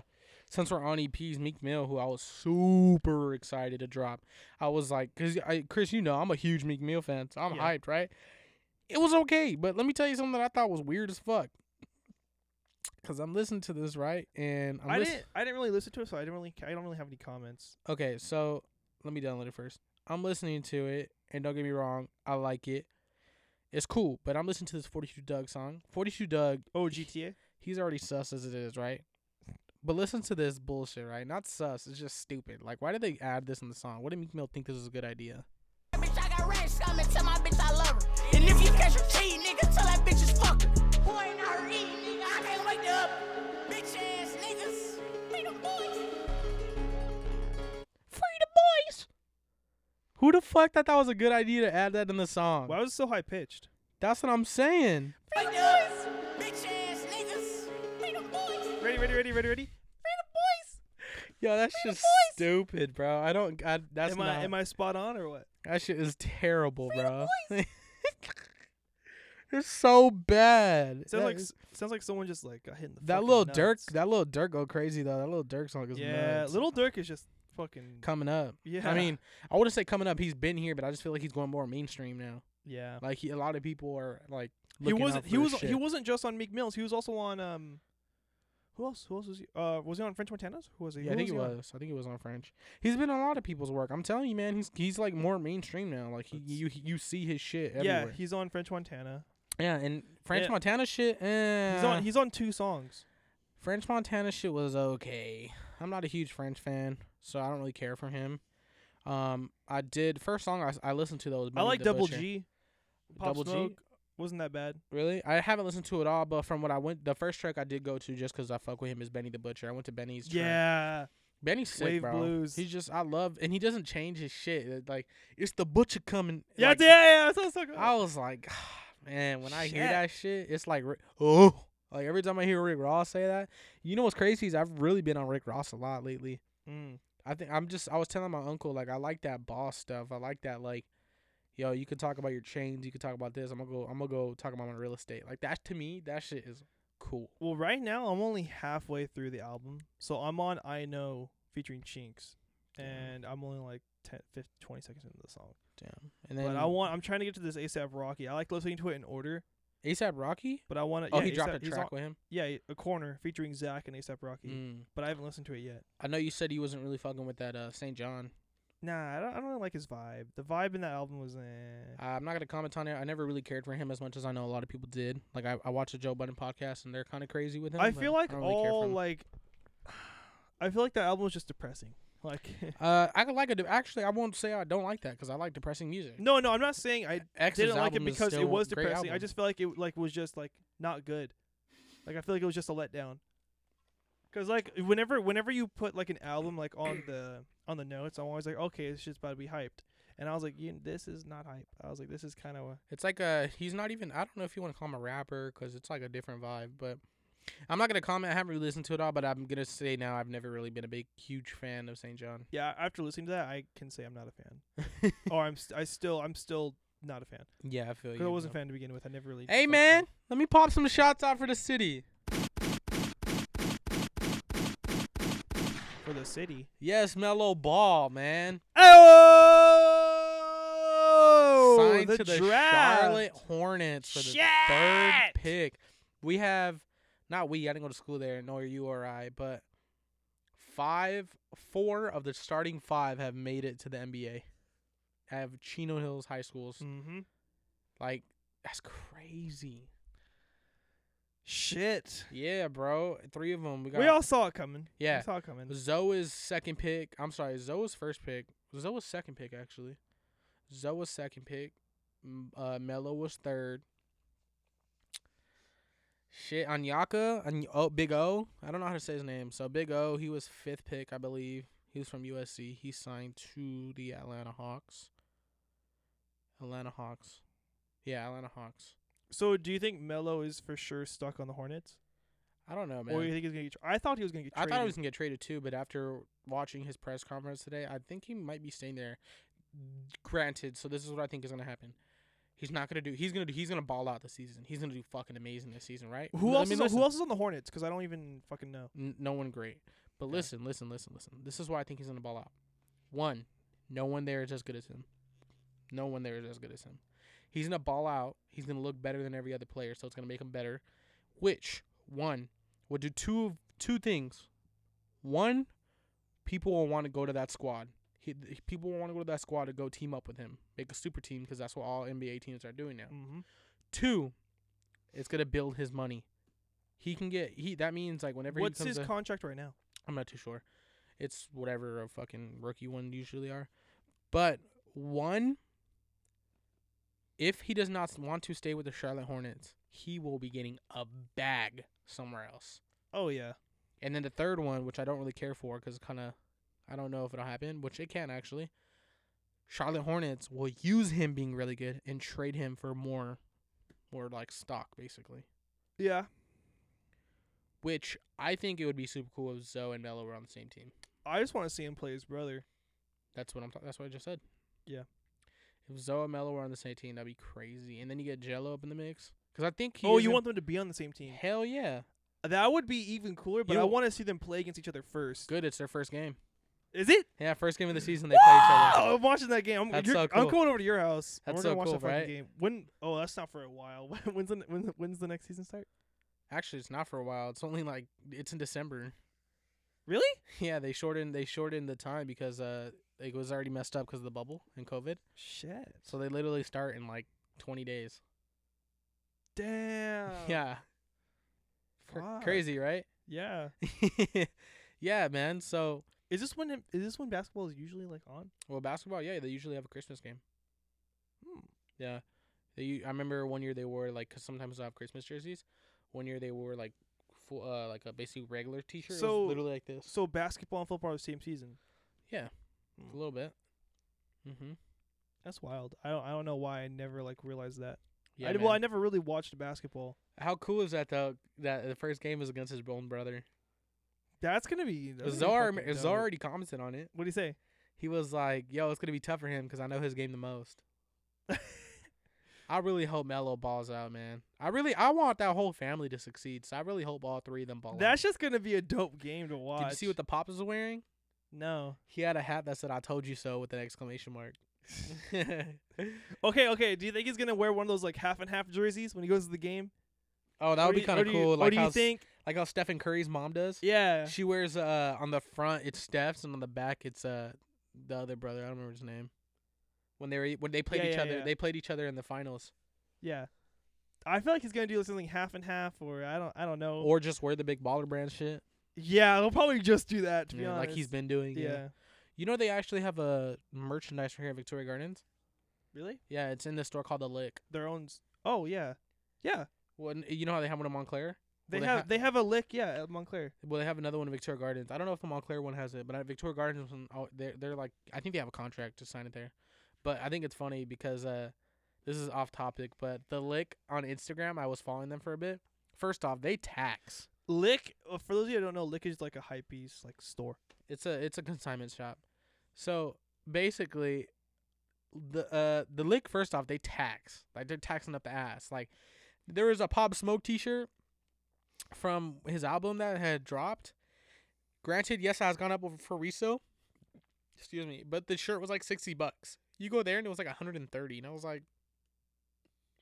Speaker 1: since we're on EPs, Meek Mill, who I was super excited to drop, I was like, cause I, Chris, you know, I'm a huge Meek Mill fan, so I'm
Speaker 2: Yeah.
Speaker 1: hyped, right? It was okay, but let me tell you something that I thought was weird as fuck. Cause I'm listening to this right, and I'm
Speaker 2: I
Speaker 1: listen-
Speaker 2: didn't. I didn't really listen to it, so I didn't really. ca- I don't really have any comments.
Speaker 1: Okay, so let me download it first. I'm listening to it, and don't get me wrong, I like it. It's cool, but I'm listening to this 42 Doug song. 42 Doug,
Speaker 2: Oh, GTA.
Speaker 1: he's already sus as it is, right? But listen to this bullshit, right? Not sus, it's just stupid. Like, why did they add this in the song? What did Meek Mill think this was a good idea?
Speaker 6: Bitch, I got racks coming. Tell my bitch I love her. And if you catch her cheating, nigga, tell that bitch is fucking. Boy, and her eating, nigga. I can't wake her up. Bitch ass niggas. Free the boys.
Speaker 1: Free the boys! Who the fuck thought that was a good idea to add that in the song?
Speaker 2: Why was it so high pitched?
Speaker 1: That's what I'm saying.
Speaker 6: Free the boys. Bitch ass niggas. Free the boys.
Speaker 2: Ready, ready, ready, ready, ready.
Speaker 6: Free the boys.
Speaker 1: Yo, that's just stupid, bro. I don't. I, that's
Speaker 2: am
Speaker 1: not.
Speaker 2: I am I spot on or what?
Speaker 1: That shit is terrible, bro. it's so bad.
Speaker 2: Sounds
Speaker 1: That
Speaker 2: like
Speaker 1: is-
Speaker 2: s- sounds like someone just like got hit in the
Speaker 1: That
Speaker 2: fucking
Speaker 1: little
Speaker 2: nuts.
Speaker 1: Dirk, that little Dirk go crazy though. That little Dirk song is
Speaker 2: yeah,
Speaker 1: nuts.
Speaker 2: little Dirk is just fucking
Speaker 1: coming up.
Speaker 2: yeah.
Speaker 1: I mean, I wouldn't say coming up. He's been here, but I just feel like he's going more mainstream now.
Speaker 2: yeah.
Speaker 1: Like he, a lot of people are like
Speaker 2: He
Speaker 1: looking
Speaker 2: wasn't
Speaker 1: out
Speaker 2: he
Speaker 1: for
Speaker 2: was
Speaker 1: his
Speaker 2: he
Speaker 1: shit.
Speaker 2: wasn't just on Meek Mills. He was also on um who else? Who else was he? Uh, was he on French Montana's? Who was he?
Speaker 1: Yeah, I
Speaker 2: Who
Speaker 1: think he
Speaker 2: on?
Speaker 1: was. I think he was on French. He's been on a lot of people's work. I'm telling you, man. He's he's like more mainstream now. Like he, you you see his shit
Speaker 2: Yeah,
Speaker 1: everywhere.
Speaker 2: he's on French Montana.
Speaker 1: Yeah, and French
Speaker 2: Yeah.
Speaker 1: Montana shit. Eh,
Speaker 2: He's on he's on two songs.
Speaker 1: French Montana shit was okay. I'm not a huge French fan, so I don't really care for him. Um, I did first song I, s- I listened to though was
Speaker 2: I
Speaker 1: Benny
Speaker 2: like
Speaker 1: the
Speaker 2: Double
Speaker 1: Butcher.
Speaker 2: G. Pop
Speaker 1: Double G?
Speaker 2: Smoke wasn't that bad.
Speaker 1: Really, I haven't listened to it all, but from what I went, the first track I did go to just 'cause I fuck with him is Benny the Butcher. I went to Benny's. track.
Speaker 2: Yeah,
Speaker 1: Benny's sick,
Speaker 2: Wave
Speaker 1: bro.
Speaker 2: Blues.
Speaker 1: He's just I love, and he doesn't change his shit. It- Like it's the Butcher coming.
Speaker 2: yeah,
Speaker 1: like,
Speaker 2: yeah, yeah. That's what I was talking
Speaker 1: I
Speaker 2: about.
Speaker 1: was like, man, when I hear
Speaker 2: Shit.
Speaker 1: that shit, it's like, Rick- oh, like every time I hear Rick Ross say that, you know what's crazy is I've really been on Rick Ross a lot lately.
Speaker 2: Mm.
Speaker 1: I think I'm just I was telling my uncle like I like that boss stuff. I like that like, yo, you can talk about your chains, you can talk about this. I'm gonna go, I'm gonna go talk about my real estate. Like that to me, that shit is cool.
Speaker 2: Well, right now I'm only halfway through the album, so I'm on I Know featuring Chinks, and I'm only like 10, 15, 20 seconds into the song.
Speaker 1: Damn. And
Speaker 2: But
Speaker 1: then
Speaker 2: I want I'm trying to get to this ASAP Rocky. I like listening to it in order,
Speaker 1: ASAP Rocky.
Speaker 2: but I want to.
Speaker 1: Oh,
Speaker 2: yeah,
Speaker 1: he dropped
Speaker 2: A$AP
Speaker 1: a
Speaker 2: he's
Speaker 1: track
Speaker 2: On,
Speaker 1: with him.
Speaker 2: yeah, a corner featuring Zach and ASAP Rocky,
Speaker 1: Mm.
Speaker 2: but I haven't listened to it yet.
Speaker 1: I know you said he wasn't really fucking with that uh, St. John.
Speaker 2: Nah, I don't, I don't really like his vibe. The vibe in that album was eh.
Speaker 1: Uh, I'm not gonna comment on it. I never really cared for him as much as I know a lot of people did. Like I, I watched the Joe Budden podcast and they're kind of crazy with him.
Speaker 2: I
Speaker 1: but
Speaker 2: feel like
Speaker 1: don't really care for
Speaker 2: all
Speaker 1: him.
Speaker 2: like I feel like that album was just depressing. Like
Speaker 1: Uh, I could like it. Actually, I won't say I don't like that because I like depressing music.
Speaker 2: no, no, I'm not saying I
Speaker 1: X's
Speaker 2: didn't like it
Speaker 1: album is
Speaker 2: because
Speaker 1: still
Speaker 2: it was
Speaker 1: a great
Speaker 2: depressing. I
Speaker 1: album.
Speaker 2: just felt like it like was just like not good. Like I feel like it was just a letdown. Cause like whenever whenever you put like an album like on the on the notes, I'm always like, okay, this shit's about to be hyped. And I was like, you this is not hype. I was like, this is kind of a
Speaker 1: It's like a he's not even. I don't know if you want to call him a rapper because it's like a different vibe. But I'm not gonna comment. I haven't really listened to it all, but I'm gonna say now I've never really been a big huge fan of St. John.
Speaker 2: yeah. After listening to that, I can say I'm not a fan, or I'm st- I still I'm still not a fan.
Speaker 1: yeah, I feel
Speaker 2: 'Cause
Speaker 1: you.
Speaker 2: I wasn't a
Speaker 1: bro.
Speaker 2: fan to begin with. I never really.
Speaker 1: Hey
Speaker 2: fucked
Speaker 1: man,
Speaker 2: with-
Speaker 1: let me pop some shots out for the city.
Speaker 2: for the city.
Speaker 1: Yes, Mellow Ball, man.
Speaker 2: Oh,
Speaker 1: Signed
Speaker 2: the
Speaker 1: to the
Speaker 2: draft.
Speaker 1: Charlotte Hornets for the third
Speaker 2: Shit!
Speaker 1: pick. We have not we. I didn't go to school there, nor you or I, but five, four of the starting five have made it to the NBA. Have Chino Hills High Schools.
Speaker 2: Mm-hmm.
Speaker 1: Like that's crazy.
Speaker 2: Shit.
Speaker 1: Yeah, bro. Three of them. We got
Speaker 2: We all saw it coming.
Speaker 1: Yeah.
Speaker 2: we saw it coming.
Speaker 1: Zoa's second pick. I'm sorry, Zoa's first pick. Zoa's second pick actually. Zoa's second pick. M- Uh, Mello was third. Shit, Anyaka, Any- oh, Big O. I don't know how to say his name. So Big O, he was fifth pick, I believe. He was from USC. He signed to the Atlanta Hawks. Atlanta Hawks. Yeah, Atlanta Hawks.
Speaker 2: So, do you think Melo is for sure stuck on the Hornets,
Speaker 1: I don't know,
Speaker 2: or you
Speaker 1: man.
Speaker 2: think he's gonna get? Tra- I thought he was gonna get.
Speaker 1: I
Speaker 2: Traded.
Speaker 1: thought he was gonna get traded too, but after watching his press conference today, I think he might be staying there. Granted, so this is what I think is gonna happen. He's not gonna do. He's gonna do. He's gonna ball out this season. He's gonna do fucking amazing this season, right?
Speaker 2: Who
Speaker 1: L- I
Speaker 2: else?
Speaker 1: mean,
Speaker 2: is,
Speaker 1: listen,
Speaker 2: who else is on the Hornets? Because I don't even fucking know.
Speaker 1: N- no one great. But listen, listen, listen, listen. This is why I think he's gonna ball out. One, no one there is as good as him. No one there is as good as him. He's gonna ball out. He's gonna look better than every other player, so it's gonna make him better. Which one will do two of two things. One, people will want to go to that squad. He, th- people will want to go to that squad to go team up with him, make a super team because that's what all NBA teams are doing now.
Speaker 2: Mm-hmm.
Speaker 1: Two, it's gonna build his money. He can get he. That means like whenever
Speaker 2: What's
Speaker 1: he comes
Speaker 2: his
Speaker 1: to-
Speaker 2: contract right now?
Speaker 1: I'm not too sure. It's whatever a fucking rookie one usually are. But one, if he does not want to stay with the Charlotte Hornets, he will be getting a bag somewhere else.
Speaker 2: Oh yeah.
Speaker 1: And then the third one, which I don't really care for because kind of, I don't know if it'll happen, which it can actually. Charlotte Hornets will use him being really good and trade him for more, more like stock basically.
Speaker 2: Yeah.
Speaker 1: Which I think it would be super cool if Zoe and Melo were on the same team.
Speaker 2: I just want to see him play his brother.
Speaker 1: That's what I'm. Ta- that's what I just said.
Speaker 2: Yeah.
Speaker 1: If Zoa and Mello were on the same team, that'd be crazy. And then you get Jello up in the mix because I think. He
Speaker 2: oh,
Speaker 1: is
Speaker 2: you
Speaker 1: in-
Speaker 2: want them to be on the same team?
Speaker 1: Hell yeah!
Speaker 2: That would be even cooler. But I
Speaker 1: You-
Speaker 2: want to see them play against each other first.
Speaker 1: Good. It's their first game.
Speaker 2: Is it?
Speaker 1: Yeah, first game of the season they play each
Speaker 2: Oh,
Speaker 1: other.
Speaker 2: I'm watching that game. I'm,
Speaker 1: That's
Speaker 2: you're-
Speaker 1: so
Speaker 2: I'm
Speaker 1: cool.
Speaker 2: going over to your house. and
Speaker 1: That's
Speaker 2: we're
Speaker 1: so
Speaker 2: gonna watch
Speaker 1: cool,
Speaker 2: that fucking
Speaker 1: right?
Speaker 2: game. When? Oh, that's not for a while. when's the when's the, when's the next season start?
Speaker 1: Actually, it's not for a while. It's only like it's in December.
Speaker 2: Really?
Speaker 1: Yeah, they shortened they shortened the time because uh it was already messed up because of the bubble and COVID.
Speaker 2: Shit.
Speaker 1: So they literally start in like 20 days.
Speaker 2: Damn.
Speaker 1: Yeah, Cr-
Speaker 2: Fuck.
Speaker 1: crazy, right?
Speaker 2: Yeah.
Speaker 1: yeah, man. So
Speaker 2: Is this when is this when basketball is usually like on?
Speaker 1: well, basketball. Yeah, they usually have a Christmas game.
Speaker 2: Hmm.
Speaker 1: Yeah, they. u- I remember one year they wore like because sometimes they have Christmas jerseys. One year they wore like, full, uh, like a basically regular T-shirt. It was
Speaker 2: So-
Speaker 1: literally like this.
Speaker 2: So basketball and football are the same season. Hmm.
Speaker 1: A little bit. Mm-hmm.
Speaker 2: That's wild. I don't I don't know why I never like realized that.
Speaker 1: Yeah.
Speaker 2: I, d- well, I
Speaker 1: man.
Speaker 2: never really watched basketball.
Speaker 1: How cool is that though? That the first game is against his own brother.
Speaker 2: That's gonna be that's gonna be
Speaker 1: Czar,
Speaker 2: fucking dope.
Speaker 1: Czar already commented on it.
Speaker 2: What do you say?
Speaker 1: he was like, "Yo, it's gonna be tough for him because I know his game the most." I really hope Melo balls out, man. I really I want that whole family to succeed, so I really hope all three of them ball
Speaker 2: That's just gonna be a dope game to
Speaker 1: out.
Speaker 2: watch.
Speaker 1: Did you see what the pops was wearing?
Speaker 2: No.
Speaker 1: He had a hat that said "I told you so" with an exclamation mark.
Speaker 2: Okay, okay. Do you think he's gonna wear one of those like half and half jerseys when he goes to the game?
Speaker 1: oh, that
Speaker 2: Or
Speaker 1: would
Speaker 2: do
Speaker 1: be
Speaker 2: you-
Speaker 1: kind
Speaker 2: or
Speaker 1: of
Speaker 2: do
Speaker 1: cool.
Speaker 2: You, or
Speaker 1: like
Speaker 2: do
Speaker 1: how
Speaker 2: you
Speaker 1: s-
Speaker 2: think?
Speaker 1: like how Stephen Curry's mom does.
Speaker 2: Yeah.
Speaker 1: She wears uh on the front it's Steph's and on the back it's uh the other brother. I don't remember his name. When they were e, when they played
Speaker 2: Yeah,
Speaker 1: each
Speaker 2: yeah,
Speaker 1: other,
Speaker 2: yeah.
Speaker 1: they played each other in the finals,
Speaker 2: Yeah. I feel like he's gonna do something half and half, or I don't, I don't know.
Speaker 1: or just wear the big baller brand shit,
Speaker 2: yeah, he'll probably just do that. To be
Speaker 1: yeah,
Speaker 2: honest,
Speaker 1: like he's been doing.
Speaker 2: Yeah.
Speaker 1: You know they actually have a merchandise right here at Victoria Gardens.
Speaker 2: Really?
Speaker 1: Yeah, it's in this store called the Lick.
Speaker 2: Their own. s- Oh yeah. Yeah.
Speaker 1: Well, n- you know how they have one in Montclair.
Speaker 2: They
Speaker 1: Well, they
Speaker 2: have
Speaker 1: ha-
Speaker 2: they have a lick. Yeah, at Montclair.
Speaker 1: Well, they have another one in Victoria Gardens. I don't know if the Montclair one has it, but at Victoria Gardens, one, oh, they're they're like I think they have a contract to sign it there. But I think it's funny because uh, this is off topic, but the Lick on Instagram, I was following them for a bit. First off, they tax.
Speaker 2: Lick. uh, For those of you who don't know, lick is like a high piece like store.
Speaker 1: It's a it's a consignment shop. So basically, the uh the lick first off they tax like they're taxing up the ass. Like there was a Pop Smoke T-shirt from his album that had dropped. Granted, yes, I has gone up over for resale. Excuse me, but the shirt was like sixty bucks. You go there and it was like hundred and thirty, and I was like,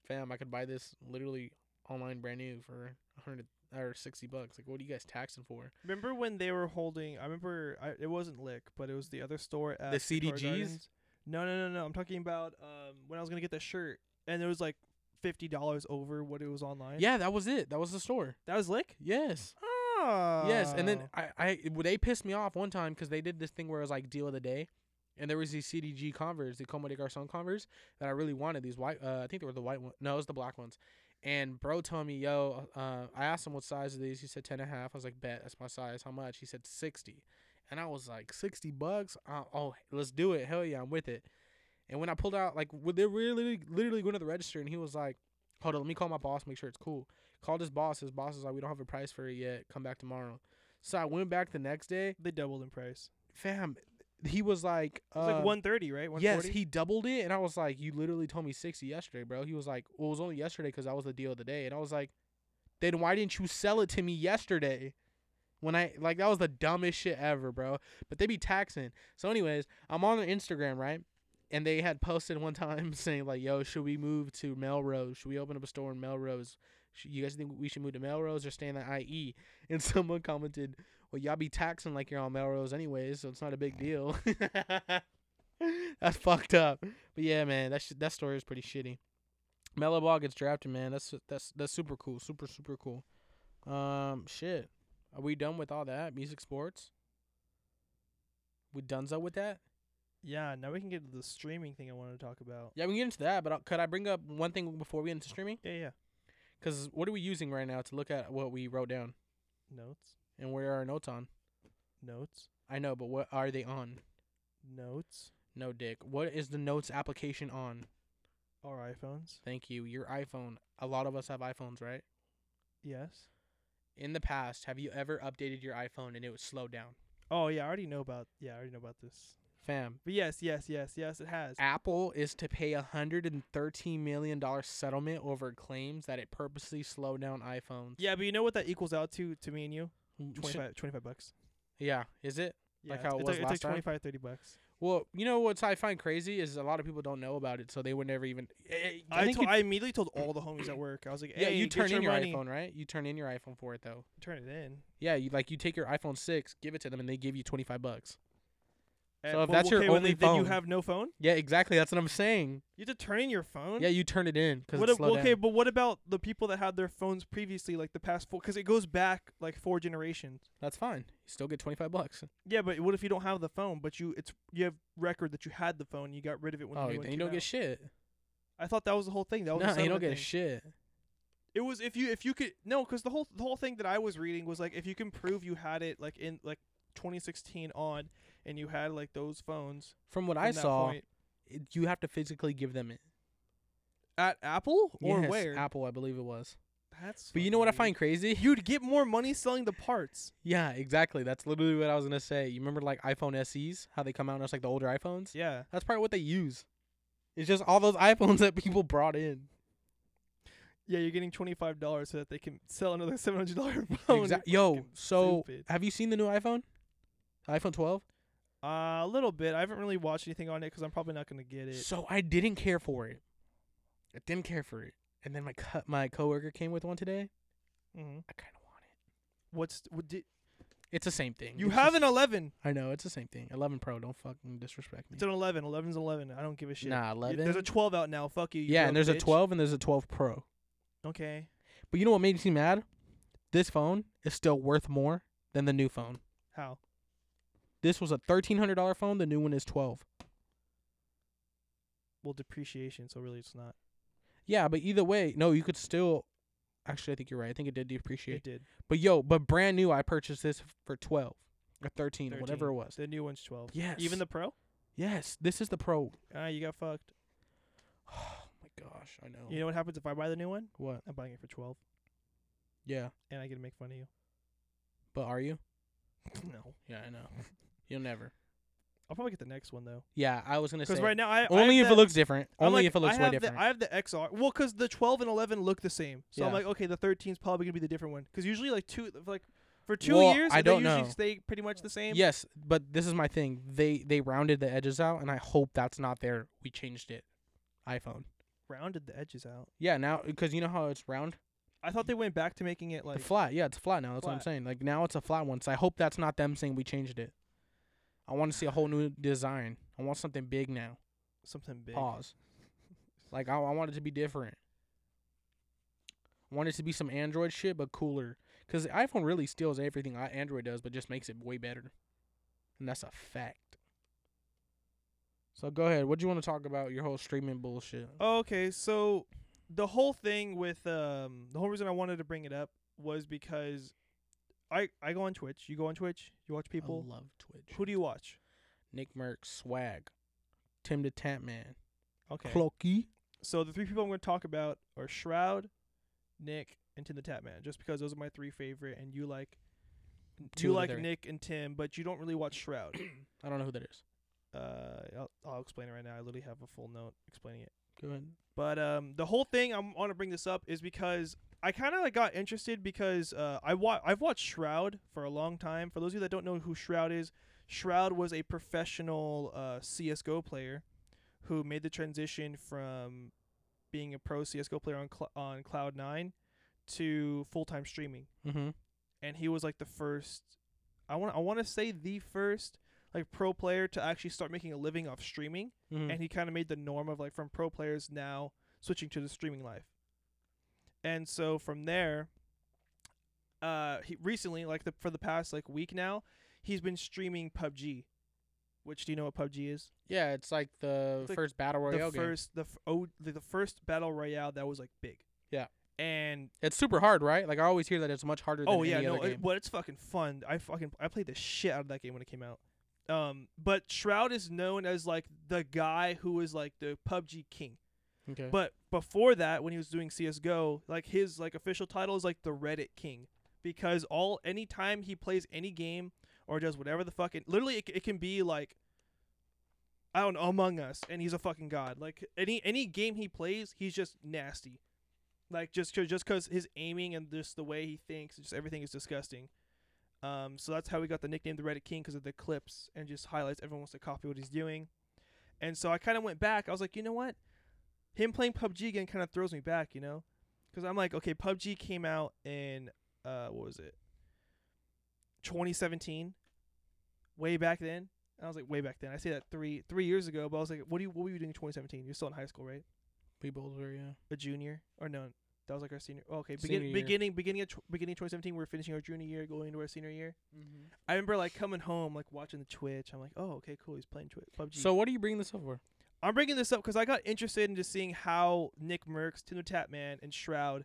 Speaker 1: "Fam, I could buy this literally online brand new for hundred or sixty bucks. Like, what are you guys taxing for?"
Speaker 2: Remember when they were holding? I remember I, it wasn't lick, but it was the other store at
Speaker 1: The
Speaker 2: Victoria
Speaker 1: CDGs?
Speaker 2: Gardens. No, no, no, no. I'm talking about um when I was gonna get the shirt, and it was like fifty dollars over what it was online.
Speaker 1: Yeah, that was it. That was the store.
Speaker 2: That was lick.
Speaker 1: Yes.
Speaker 2: Oh.
Speaker 1: Yes, and then I, I well, they pissed me off one time because they did this thing where it was like deal of the day, and there was these CDG Converse, the Como de Garcon Converse that I really wanted. These white, uh, I think they were the white one. No, it was the black ones. And bro told me, yo, uh, I asked him what size are these. He said ten and a half. I was like, bet, that's my size. How much? He said sixty, and I was like, sixty bucks. Uh, oh, let's do it. Hell yeah, I'm with it. And when I pulled out, like, well, they were literally, literally going to the register, and he was like, hold on, let me call my boss, make sure it's cool. Called his boss. His boss is like, we don't have a price for it yet. Come back tomorrow. So I went back the next day.
Speaker 2: they doubled in price.
Speaker 1: Fam, he was like,
Speaker 2: It was
Speaker 1: um,
Speaker 2: like one thirty, right? One
Speaker 1: Yes, he doubled it, and I was like, "You literally told me sixty yesterday, bro." He was like, "Well, it was only yesterday because that was the deal of the day," and I was like, "Then why didn't you sell it to me yesterday?" When I like that was the dumbest shit ever, bro. But they be taxing. So, anyways, I'm on their Instagram, right? And they had posted one time saying like, "Yo, should we move to Melrose? Should we open up a store in Melrose? Sh- You guys think we should move to Melrose or stay in the IE?" And someone commented, "Well, y'all be taxing like you're on Melrose anyways, so it's not a big deal." That's fucked up. But yeah, man, that sh- that story is pretty shitty. Melo Ball gets drafted, man. That's that's that's super cool. Super super cool. Um, shit. Are we done with all that music, sports? We donezo with that?
Speaker 2: Yeah. Now we can get to the streaming thing I wanted to talk about.
Speaker 1: Yeah, we can get into that. But i could I bring up one thing before we get into streaming?
Speaker 2: Yeah, yeah.
Speaker 1: Cause what are we using right now to look at what we wrote down
Speaker 2: Notes,
Speaker 1: and where are our notes on?
Speaker 2: notes,
Speaker 1: I know, but what are they on?
Speaker 2: notes.
Speaker 1: No, Dick. What is the notes application on?
Speaker 2: Our iPhones.
Speaker 1: Thank you. Your iPhone. A lot of us have iPhones, right?
Speaker 2: Yes.
Speaker 1: in the past, have you ever updated your iPhone and it would slow down?
Speaker 2: Oh yeah, I already know about yeah, I already know about this.
Speaker 1: Fam,
Speaker 2: But yes, yes, yes, yes, it has.
Speaker 1: Apple is to pay a $113 million settlement over claims that it purposely slowed down iPhones.
Speaker 2: Yeah, but you know what that equals out to to me and you?
Speaker 1: Mm,
Speaker 2: Twenty
Speaker 1: should-
Speaker 2: five, twenty five bucks.
Speaker 1: Yeah, is it?
Speaker 2: Yeah,
Speaker 1: Like how it
Speaker 2: it's
Speaker 1: was
Speaker 2: like,
Speaker 1: last
Speaker 2: it's like
Speaker 1: time?
Speaker 2: 25, 30 bucks.
Speaker 1: Well, you know what's I find crazy is a lot of people don't know about it, so they would never even. Eh, I,
Speaker 2: I,
Speaker 1: think
Speaker 2: to-
Speaker 1: you,
Speaker 2: I immediately told all the homies at work. I was like, hey,
Speaker 1: yeah, you
Speaker 2: get
Speaker 1: turn in your
Speaker 2: money.
Speaker 1: iPhone, right? You turn in your iPhone for it though.
Speaker 2: Turn it in.
Speaker 1: Yeah, you like you take your iPhone six, give it to them, and they give you twenty five bucks.
Speaker 2: Eh,
Speaker 1: So if
Speaker 2: well,
Speaker 1: that's your
Speaker 2: okay, well,
Speaker 1: only
Speaker 2: then, then you
Speaker 1: phone-
Speaker 2: have no phone.
Speaker 1: Yeah, exactly. That's what I'm saying.
Speaker 2: You have to turn in your phone.
Speaker 1: Yeah, you turn it in because
Speaker 2: What
Speaker 1: it's
Speaker 2: ab-
Speaker 1: slowed
Speaker 2: okay,
Speaker 1: down.
Speaker 2: but what about the people that had their phones previously, like the past four? Because it goes back like four generations.
Speaker 1: That's fine. You still get twenty five bucks.
Speaker 2: Yeah, but what if you don't have the phone, but you it's you have record that you had the phone, you got rid of it when
Speaker 1: Oh,
Speaker 2: the new
Speaker 1: then
Speaker 2: one
Speaker 1: you
Speaker 2: came
Speaker 1: don't
Speaker 2: out.
Speaker 1: get shit.
Speaker 2: I thought that was the whole thing. That was the
Speaker 1: No, you don't
Speaker 2: settlement
Speaker 1: get
Speaker 2: thing.
Speaker 1: shit.
Speaker 2: It was if you if you could no, because the whole the whole thing that I was reading was like if you can prove you had it like in like 2016 on, and you had like those phones.
Speaker 1: From what
Speaker 2: From
Speaker 1: I
Speaker 2: that
Speaker 1: saw,
Speaker 2: point.
Speaker 1: it, you have to physically give them it.
Speaker 2: At Apple or
Speaker 1: Yes,
Speaker 2: where?
Speaker 1: Apple, I believe it was.
Speaker 2: That's.
Speaker 1: But you know what I
Speaker 2: fucking
Speaker 1: find crazy?
Speaker 2: weird. You'd get more money selling the parts.
Speaker 1: Yeah, exactly. That's literally what I was gonna say. You remember like iPhone SEs, how they come out and it's like the older iPhones?
Speaker 2: Yeah.
Speaker 1: That's probably what they use. It's just all those iPhones that people brought in.
Speaker 2: Yeah, you're getting twenty five dollars so that they can sell another seven hundred dollar phone.
Speaker 1: Exa-
Speaker 2: You're
Speaker 1: Yo,
Speaker 2: fucking
Speaker 1: so
Speaker 2: stupid.
Speaker 1: have you seen the new iPhone? iPhone 12?
Speaker 2: Uh, a little bit. I haven't really watched anything on it because I'm probably not gonna get it.
Speaker 1: So I didn't care for it. I didn't care for it. And then my co- my coworker came with one today.
Speaker 2: hmm
Speaker 1: I kind of want it.
Speaker 2: What's what did
Speaker 1: It's the same thing.
Speaker 2: you
Speaker 1: It's
Speaker 2: have
Speaker 1: just-
Speaker 2: an eleven?
Speaker 1: I know it's the same thing. 11 Pro. Don't fucking disrespect me.
Speaker 2: It's an eleven. Eleven's eleven. I don't give a shit.
Speaker 1: Nah,
Speaker 2: Y- There's a
Speaker 1: 11?
Speaker 2: twelve out now. Fuck you. you
Speaker 1: yeah, and
Speaker 2: broke
Speaker 1: there's a
Speaker 2: bitch.
Speaker 1: 12 and there's a 12 Pro.
Speaker 2: Okay.
Speaker 1: But you know what made me mad? This phone is still worth more than the new phone.
Speaker 2: How?
Speaker 1: This was a thirteen hundred dollar phone. The new one is twelve.
Speaker 2: Well, depreciation. So really, it's not.
Speaker 1: Yeah, but either way, no, you could still. Actually, I think you're right. I think it did
Speaker 2: It
Speaker 1: depreciate.
Speaker 2: did.
Speaker 1: But yo, but brand new, I purchased this for twelve or thirteen, or whatever it
Speaker 2: 13.
Speaker 1: was.
Speaker 2: The new one's twelve.
Speaker 1: Yes.
Speaker 2: Even the pro.
Speaker 1: Yes, this is the pro.
Speaker 2: Ah, you got fucked.
Speaker 1: Oh my gosh, I know.
Speaker 2: You know what happens if I buy the new one?
Speaker 1: What?
Speaker 2: I'm buying it for twelve,
Speaker 1: Yeah,
Speaker 2: and I get to make fun of you.
Speaker 1: but are you?
Speaker 2: no.
Speaker 1: Yeah, I know. You'll never.
Speaker 2: I'll probably get the next one though.
Speaker 1: Yeah, I was gonna say.
Speaker 2: Because right now I
Speaker 1: only
Speaker 2: I
Speaker 1: if
Speaker 2: have
Speaker 1: it
Speaker 2: the-
Speaker 1: looks different.
Speaker 2: I'm
Speaker 1: only
Speaker 2: like,
Speaker 1: if it looks
Speaker 2: I
Speaker 1: way
Speaker 2: have
Speaker 1: different.
Speaker 2: The, I have the XR. Well, because the 12 and 11 look the same, so I'm
Speaker 1: Yeah.
Speaker 2: like, okay, the 13 is probably gonna be the different one. Because usually, like two, like for two
Speaker 1: Well,
Speaker 2: years,
Speaker 1: I don't
Speaker 2: they usually
Speaker 1: know.
Speaker 2: stay pretty much the same.
Speaker 1: yes, but this is my thing. They they rounded the edges out, and I hope that's not there. We changed it. iPhone.
Speaker 2: rounded the edges out.
Speaker 1: Yeah, now because you know how it's round.
Speaker 2: I thought they went back to making it like
Speaker 1: the flat, yeah, it's flat now. That's what I'm
Speaker 2: flat.
Speaker 1: saying. Like now it's a flat one. So I hope that's not them saying we changed it. I want to see a whole new design. I want something big now.
Speaker 2: something big.
Speaker 1: Pause. Like I, I want it to be different. I want it to be some Android shit, but cooler. Cause the iPhone really steals everything I- Android does, but just makes it way better. And that's a fact. So go ahead. What do you want to talk about? Your whole streaming bullshit.
Speaker 2: Oh, Okay, so the whole thing with um the whole reason I wanted to bring it up was because I I go on Twitch. You go on Twitch. You watch people.
Speaker 1: I love Twitch.
Speaker 2: Who do you watch?
Speaker 1: Nick Merck, Swag, Tim the Tap Man,
Speaker 2: Okay.
Speaker 1: Cloaky.
Speaker 2: So the three people I'm going to talk about are Shroud, Nick, and Tim the Tap Man, just because those are my three favorite. And you like,
Speaker 1: Two
Speaker 2: you
Speaker 1: of the
Speaker 2: like
Speaker 1: three.
Speaker 2: Nick and Tim, but you don't really watch Shroud.
Speaker 1: I don't know who that is.
Speaker 2: uh, I'll, I'll explain it right now. I literally have a full note explaining it.
Speaker 1: Go ahead.
Speaker 2: But um, the whole thing I want to bring this up is because I kind of like got interested because uh, I wa- I've watched Shroud for a long time. For those of you that don't know who Shroud is, Shroud was a professional uh, CS:GO player who made the transition from being a pro CS:GO player on cl- on Cloud Nine to full time streaming,
Speaker 1: Mm-hmm.
Speaker 2: and he was like the first. I want I want to say the first like pro player to actually start making a living off streaming
Speaker 1: mm-hmm.
Speaker 2: and he kind of made the norm of like from pro players now switching to the streaming life. And so from there, uh, he recently like the for the past like week now, he's been streaming PUBG. Which do you know what PUBG is?
Speaker 1: yeah, it's like the
Speaker 2: It's like
Speaker 1: first battle royale
Speaker 2: the
Speaker 1: game.
Speaker 2: first the f- oh the, the first battle royale that was like big.
Speaker 1: Yeah.
Speaker 2: And
Speaker 1: It's super hard, right? Like I always hear that it's much harder than
Speaker 2: oh
Speaker 1: any
Speaker 2: yeah,
Speaker 1: other
Speaker 2: no, it,
Speaker 1: game.
Speaker 2: but it's fucking fun. I fucking I played the shit out of that game when it came out. Um, but Shroud is known as like the guy who is like the PUBG king.
Speaker 1: okay.
Speaker 2: But before that, when he was doing CS:GO, like his like official title is like the Reddit King because all anytime he plays any game or does whatever the fucking literally it, c- it can be like I don't know Among Us and he's a fucking god. Like any any game he plays, he's just nasty. Like just cause, just cuz his aiming and just the way he thinks, just everything is disgusting. Um so that's how we got the nickname the Reddit King cuz of the clips and just highlights everyone wants to copy what he's doing. And so I kind of went back. I was like, "You know what? Him playing PUBG again kind of throws me back, you know? Cuz I'm like, okay, PUBG came out in uh what was it? 2017, way back then. I was like, way back then. I say that three three years ago, but I was like, what do you what were you doing in 2017? You're still in high school, right?
Speaker 1: People older, yeah.
Speaker 2: A junior or no? That was like our senior. oh, okay,
Speaker 1: Senior
Speaker 2: begin,
Speaker 1: year.
Speaker 2: beginning beginning of tw- beginning of 2017, we we're finishing our junior year, going into our senior year. I remember like coming home, like watching the Twitch. I'm like, oh, okay, cool. He's playing Twitch PUBG.
Speaker 1: So what are you bringing this up for?
Speaker 2: I'm bringing this up because I got interested in just seeing how Nick Merckx, Tim the Tapman, and Shroud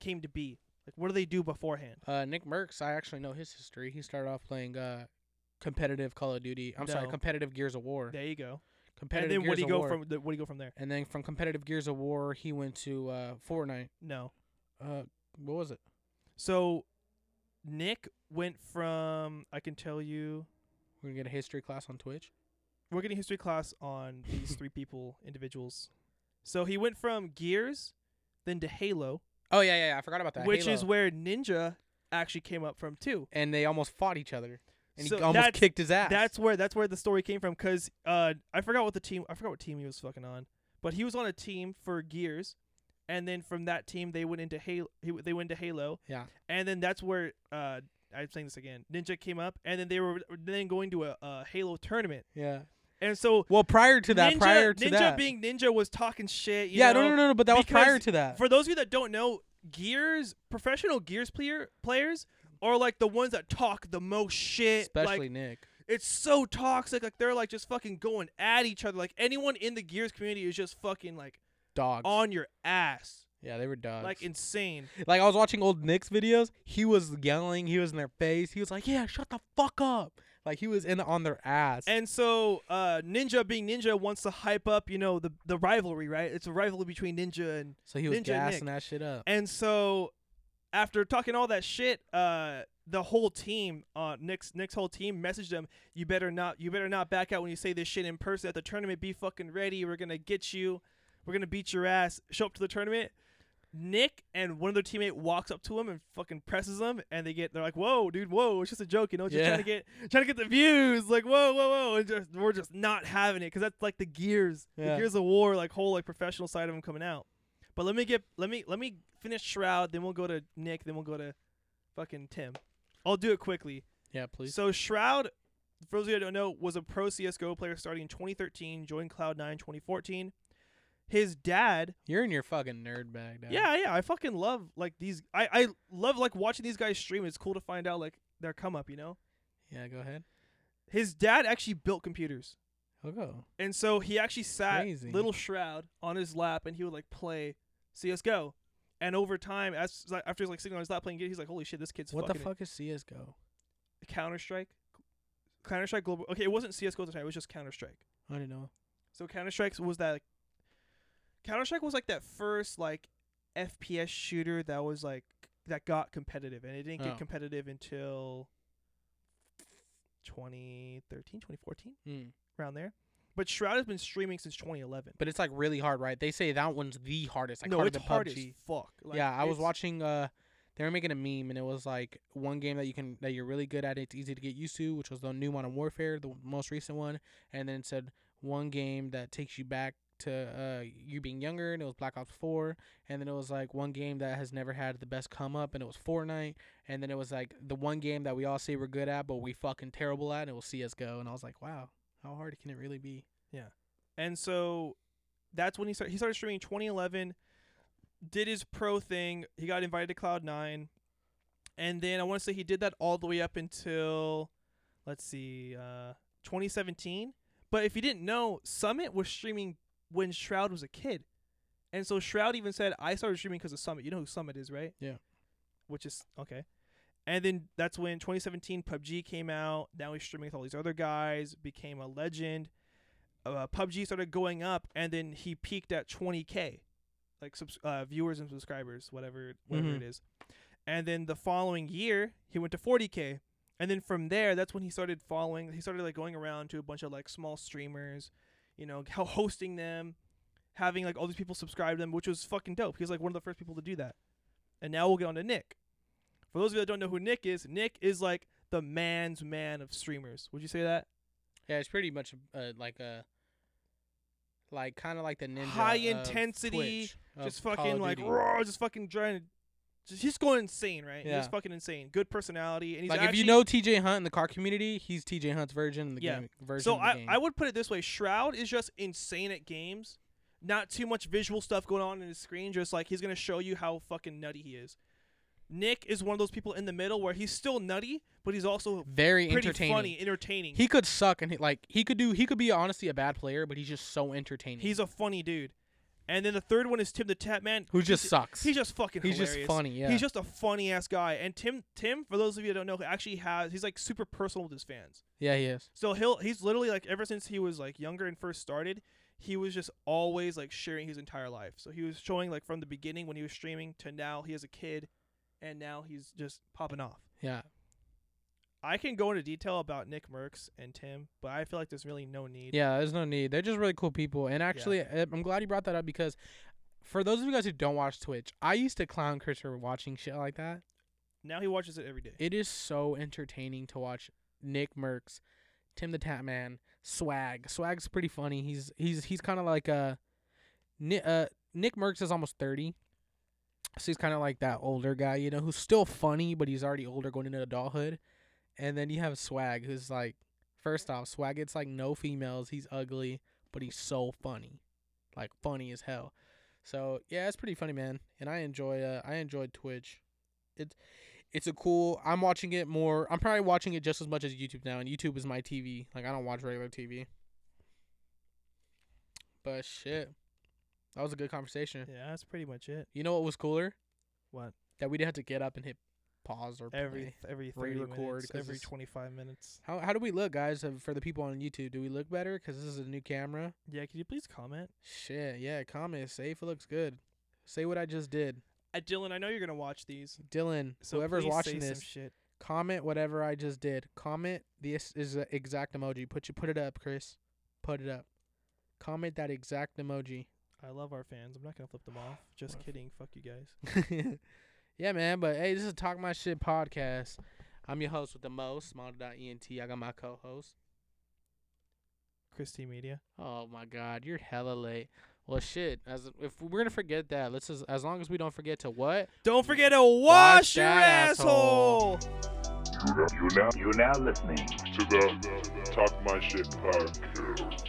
Speaker 2: came to be. Like, what do they do beforehand?
Speaker 1: Uh, Nick Merckx, I actually know his history. He started off playing uh, competitive Call of Duty. I'm sorry,
Speaker 2: No.
Speaker 1: competitive Gears of War.
Speaker 2: There you go. And
Speaker 1: competitive
Speaker 2: then
Speaker 1: Gears
Speaker 2: what do you
Speaker 1: of
Speaker 2: go
Speaker 1: War.
Speaker 2: from? The, what do you go from there?
Speaker 1: And then from competitive Gears of War, he went to uh, Fortnite.
Speaker 2: No.
Speaker 1: Uh, what was it?
Speaker 2: So Nick went from I can tell you
Speaker 1: We're gonna get a history class on Twitch.
Speaker 2: we're getting history class on these three people individuals. So he went from Gears, then to Halo,
Speaker 1: Oh yeah, yeah, yeah. I forgot about that.
Speaker 2: which is
Speaker 1: Halo.
Speaker 2: where Ninja actually came up from too.
Speaker 1: and they almost fought each other, and
Speaker 2: So
Speaker 1: he almost
Speaker 2: that's-
Speaker 1: kicked his ass.
Speaker 2: That's where that's where the story came from cuz uh I forgot what the team I forgot what team he was fucking on, but he was on a team for Gears and then from that team they went into Halo he, they went to Halo
Speaker 1: yeah.
Speaker 2: and then that's where uh I'm saying this again. Ninja came up and then they were then going to a, a Halo tournament.
Speaker 1: Yeah.
Speaker 2: And so
Speaker 1: Well, prior to that,
Speaker 2: Ninja,
Speaker 1: prior to
Speaker 2: Ninja
Speaker 1: that,
Speaker 2: being Ninja was talking shit. You
Speaker 1: yeah,
Speaker 2: know?
Speaker 1: no, no, no, no, but that was prior
Speaker 2: because
Speaker 1: to that.
Speaker 2: For those of you that don't know, Gears professional Gears player players are like the ones that talk the most shit.
Speaker 1: Especially
Speaker 2: like,
Speaker 1: Nick.
Speaker 2: it's so toxic. Like they're like just fucking going at each other. Like anyone in the Gears community is just fucking like
Speaker 1: Dogs.
Speaker 2: on your ass.
Speaker 1: yeah, they were dogs.
Speaker 2: Like insane.
Speaker 1: Like I was watching old Nick's videos. He was yelling. He was in their face. He was like, "Yeah, shut the fuck up!" Like he was in on their ass.
Speaker 2: And so uh, Ninja being Ninja wants to hype up, you know, the the rivalry, right? It's a rivalry between Ninja and
Speaker 1: so he was
Speaker 2: Ninja
Speaker 1: gassing
Speaker 2: Nick.
Speaker 1: that shit up.
Speaker 2: And so, after talking all that shit, uh, the whole team, uh, Nick's Nick's whole team, messaged them. You better not. You better not back out when you say this shit in person at the tournament. Be fucking ready. We're gonna get you. We're gonna beat your ass. Show up to the tournament. Nick and one other teammate walks up to him and fucking presses him, and they get they're like, "Whoa, dude, whoa! It's just a joke, you know, just
Speaker 1: Yeah.
Speaker 2: trying to get trying to get the views. Like, whoa, whoa, whoa! And just, we're just not having it because that's like the gears,
Speaker 1: Yeah.
Speaker 2: the gears of war, like whole like professional side of him coming out. But let me get let me let me finish Shroud, then we'll go to Nick, then we'll go to fucking Tim. I'll do it quickly.
Speaker 1: yeah, please.
Speaker 2: So Shroud, for those of you that don't know, was a pro CS:GO player starting in 2013, joined Cloud9 in 2014. His dad,
Speaker 1: You're in your fucking nerd bag, dog.
Speaker 2: yeah, yeah, I fucking love like these. I I love like watching these guys stream. It's cool to find out like their come up, you know.
Speaker 1: Yeah, go ahead.
Speaker 2: His dad actually built computers.
Speaker 1: I'll go.
Speaker 2: And so he actually sat
Speaker 1: Crazy.
Speaker 2: little Shroud on his lap, and he would like play CS:GO. And over time, as like, after he's like sitting on his lap playing, he's like, "Holy shit, this kid's
Speaker 1: What the
Speaker 2: fucking
Speaker 1: fuck is CS:GO?
Speaker 2: Counter Strike, Counter Strike Global." Okay, it wasn't CS:GO at the time; it was just Counter Strike.
Speaker 1: I don't know.
Speaker 2: So Counter Strike was that. Like, Counter Strike was like that first like FPS shooter that was like that got competitive, and it didn't
Speaker 1: Oh.
Speaker 2: get competitive until 2013, 2014,
Speaker 1: Mm.
Speaker 2: around there. But Shroud has been streaming since 2011.
Speaker 1: But it's like really hard, right? They say that one's the hardest. Like
Speaker 2: no,
Speaker 1: harder
Speaker 2: it's
Speaker 1: than
Speaker 2: hard
Speaker 1: PUBG.
Speaker 2: as fuck. Like,
Speaker 1: yeah, I was
Speaker 2: it's-
Speaker 1: watching. Uh, they were making a meme, and it was like one game that you can that you're really good at. It's easy to get used to, which was the new Modern Warfare, the most recent one. And then it said one game that takes you back to uh, you being younger, and it was Black Ops Four. And then it was like one game that has never had the best come up, and it was Fortnite. And then it was like the one game that we all say we're good at, but we fucking terrible at, and it was CS:GO. And I was like, wow, how hard can it really be?
Speaker 2: And so that's when he started. He started streaming in 2011. Did his pro thing. He got invited to Cloud Nine, and then I want to say he did that all the way up until, let's see, uh, 2017. But if you didn't know, Summit was streaming when Shroud was a kid, and so Shroud even said, "I started streaming because of Summit." You know who Summit is, right?
Speaker 1: Yeah.
Speaker 2: Which is okay. And then that's when 2017 PUBG came out. Now he's streaming with all these other guys. Became a legend uh, PUBG started going up, and then he peaked at 20k, like subs- uh, viewers and subscribers, whatever, whatever
Speaker 1: Mhm.
Speaker 2: it is. And then the following year, he went to 40k, And then from there, that's when he started following. He started like going around to a bunch of like small streamers, you know, ho- hosting them, having like all these people subscribe to them, which was fucking dope. He was like one of the first people to do that. And now we'll get on to Nick. For those of you that don't know who Nick is, Nick is like the man's man of streamers. Would you say that?
Speaker 1: Yeah, it's pretty much uh, like a like kind of like the ninja
Speaker 2: High
Speaker 1: of
Speaker 2: intensity,
Speaker 1: Twitch, of
Speaker 2: just
Speaker 1: Call of
Speaker 2: fucking like
Speaker 1: Duty.
Speaker 2: raw, just fucking trying to. Just, he's going insane, right?
Speaker 1: Yeah.
Speaker 2: He's fucking insane. Good personality, and he's
Speaker 1: like if
Speaker 2: actually-
Speaker 1: you know TJ Hunt in the car community, he's TJ Hunt's version in the
Speaker 2: Yeah.
Speaker 1: game version.
Speaker 2: So
Speaker 1: of the
Speaker 2: I,
Speaker 1: game.
Speaker 2: I would put it this way: Shroud is just insane at games. Not too much visual stuff going on in his screen. Just like he's gonna show you how fucking nutty he is. Nick is one of those people in the middle where he's still nutty, but he's also
Speaker 1: very
Speaker 2: pretty
Speaker 1: entertaining.
Speaker 2: funny, entertaining.
Speaker 1: He could suck and he, like he could do he could be honestly a bad player, but he's just so entertaining.
Speaker 2: he's a funny dude. And then the third one is Tim the Tap Man,
Speaker 1: who just sucks.
Speaker 2: He's just fucking.
Speaker 1: He's just
Speaker 2: hilarious.
Speaker 1: funny, yeah.
Speaker 2: He's just a funny ass guy. And Tim, Tim, for those of you that don't know, actually has he's like super personal with his fans.
Speaker 1: yeah, he is.
Speaker 2: So he'll he's literally like ever since he was like younger and first started, he was just always like sharing his entire life. So he was showing like from the beginning when he was streaming to now he has a kid and now he's just popping off.
Speaker 1: Yeah.
Speaker 2: I can go into detail about Nick Merckx and Tim, but I feel like there's really no need.
Speaker 1: Yeah, there's no need. They're just really cool people. And actually, uh, I'm glad you brought that up because for those of you guys who don't watch Twitch, I used to clown Chris for watching shit like that.
Speaker 2: Now he watches it every day.
Speaker 1: It is so entertaining to watch Nick Merckx, Tim the Tap Man, Swag. Swag's pretty funny. He's he's he's kind of like a Nick, uh, Nick Merckx is almost 30. So he's kind of like that older guy, you know, who's still funny, but he's already older going into adulthood. And then you have Swag, who's like, first off, Swag gets like no females. He's ugly, but he's so funny, like funny as hell. So yeah, it's pretty funny, man. And I enjoy, uh, I enjoy Twitch. It's, it's a cool. I'm watching it more. I'm probably watching it just as much as YouTube now. And YouTube is my TV. Like I don't watch regular TV. But shit, that was a good conversation.
Speaker 2: yeah, that's pretty much it.
Speaker 1: You know what was cooler?
Speaker 2: What?
Speaker 1: That we didn't have to get up and hit pause or
Speaker 2: Every
Speaker 1: play.
Speaker 2: every 30
Speaker 1: re-record,
Speaker 2: minutes,
Speaker 1: 'cause
Speaker 2: every
Speaker 1: it's-
Speaker 2: 25 minutes.
Speaker 1: How how do we look, guys? uh, For the people on YouTube, do we look better? Cause this is a new camera.
Speaker 2: Yeah, could you please comment?
Speaker 1: Shit, yeah. Comment. Say if it looks good. Say what I just did,
Speaker 2: Uh, Dylan, I know you're going to watch these.
Speaker 1: Dylan.
Speaker 2: So
Speaker 1: whoever's
Speaker 2: please
Speaker 1: watching
Speaker 2: say
Speaker 1: this,
Speaker 2: some shit.
Speaker 1: comment whatever I just did. Comment this is the exact emoji. Put you put it up, Chris. Put it up. Comment that exact emoji.
Speaker 2: I love our fans. I'm not going to flip them off. Just kidding. Fuck you guys.
Speaker 1: yeah, man. But hey, this is Talk My Shit podcast. I'm your host with the most, Model.ent. I got my co-host.
Speaker 2: Christy Media.
Speaker 1: Oh my God, you're hella late. Well, shit. As if we're gonna forget that, let's just, as long as we don't forget to what.
Speaker 2: Don't forget to
Speaker 1: Wash
Speaker 2: wash your
Speaker 1: that
Speaker 2: asshole.
Speaker 4: You now, you now listening to the Talk My Shit podcast.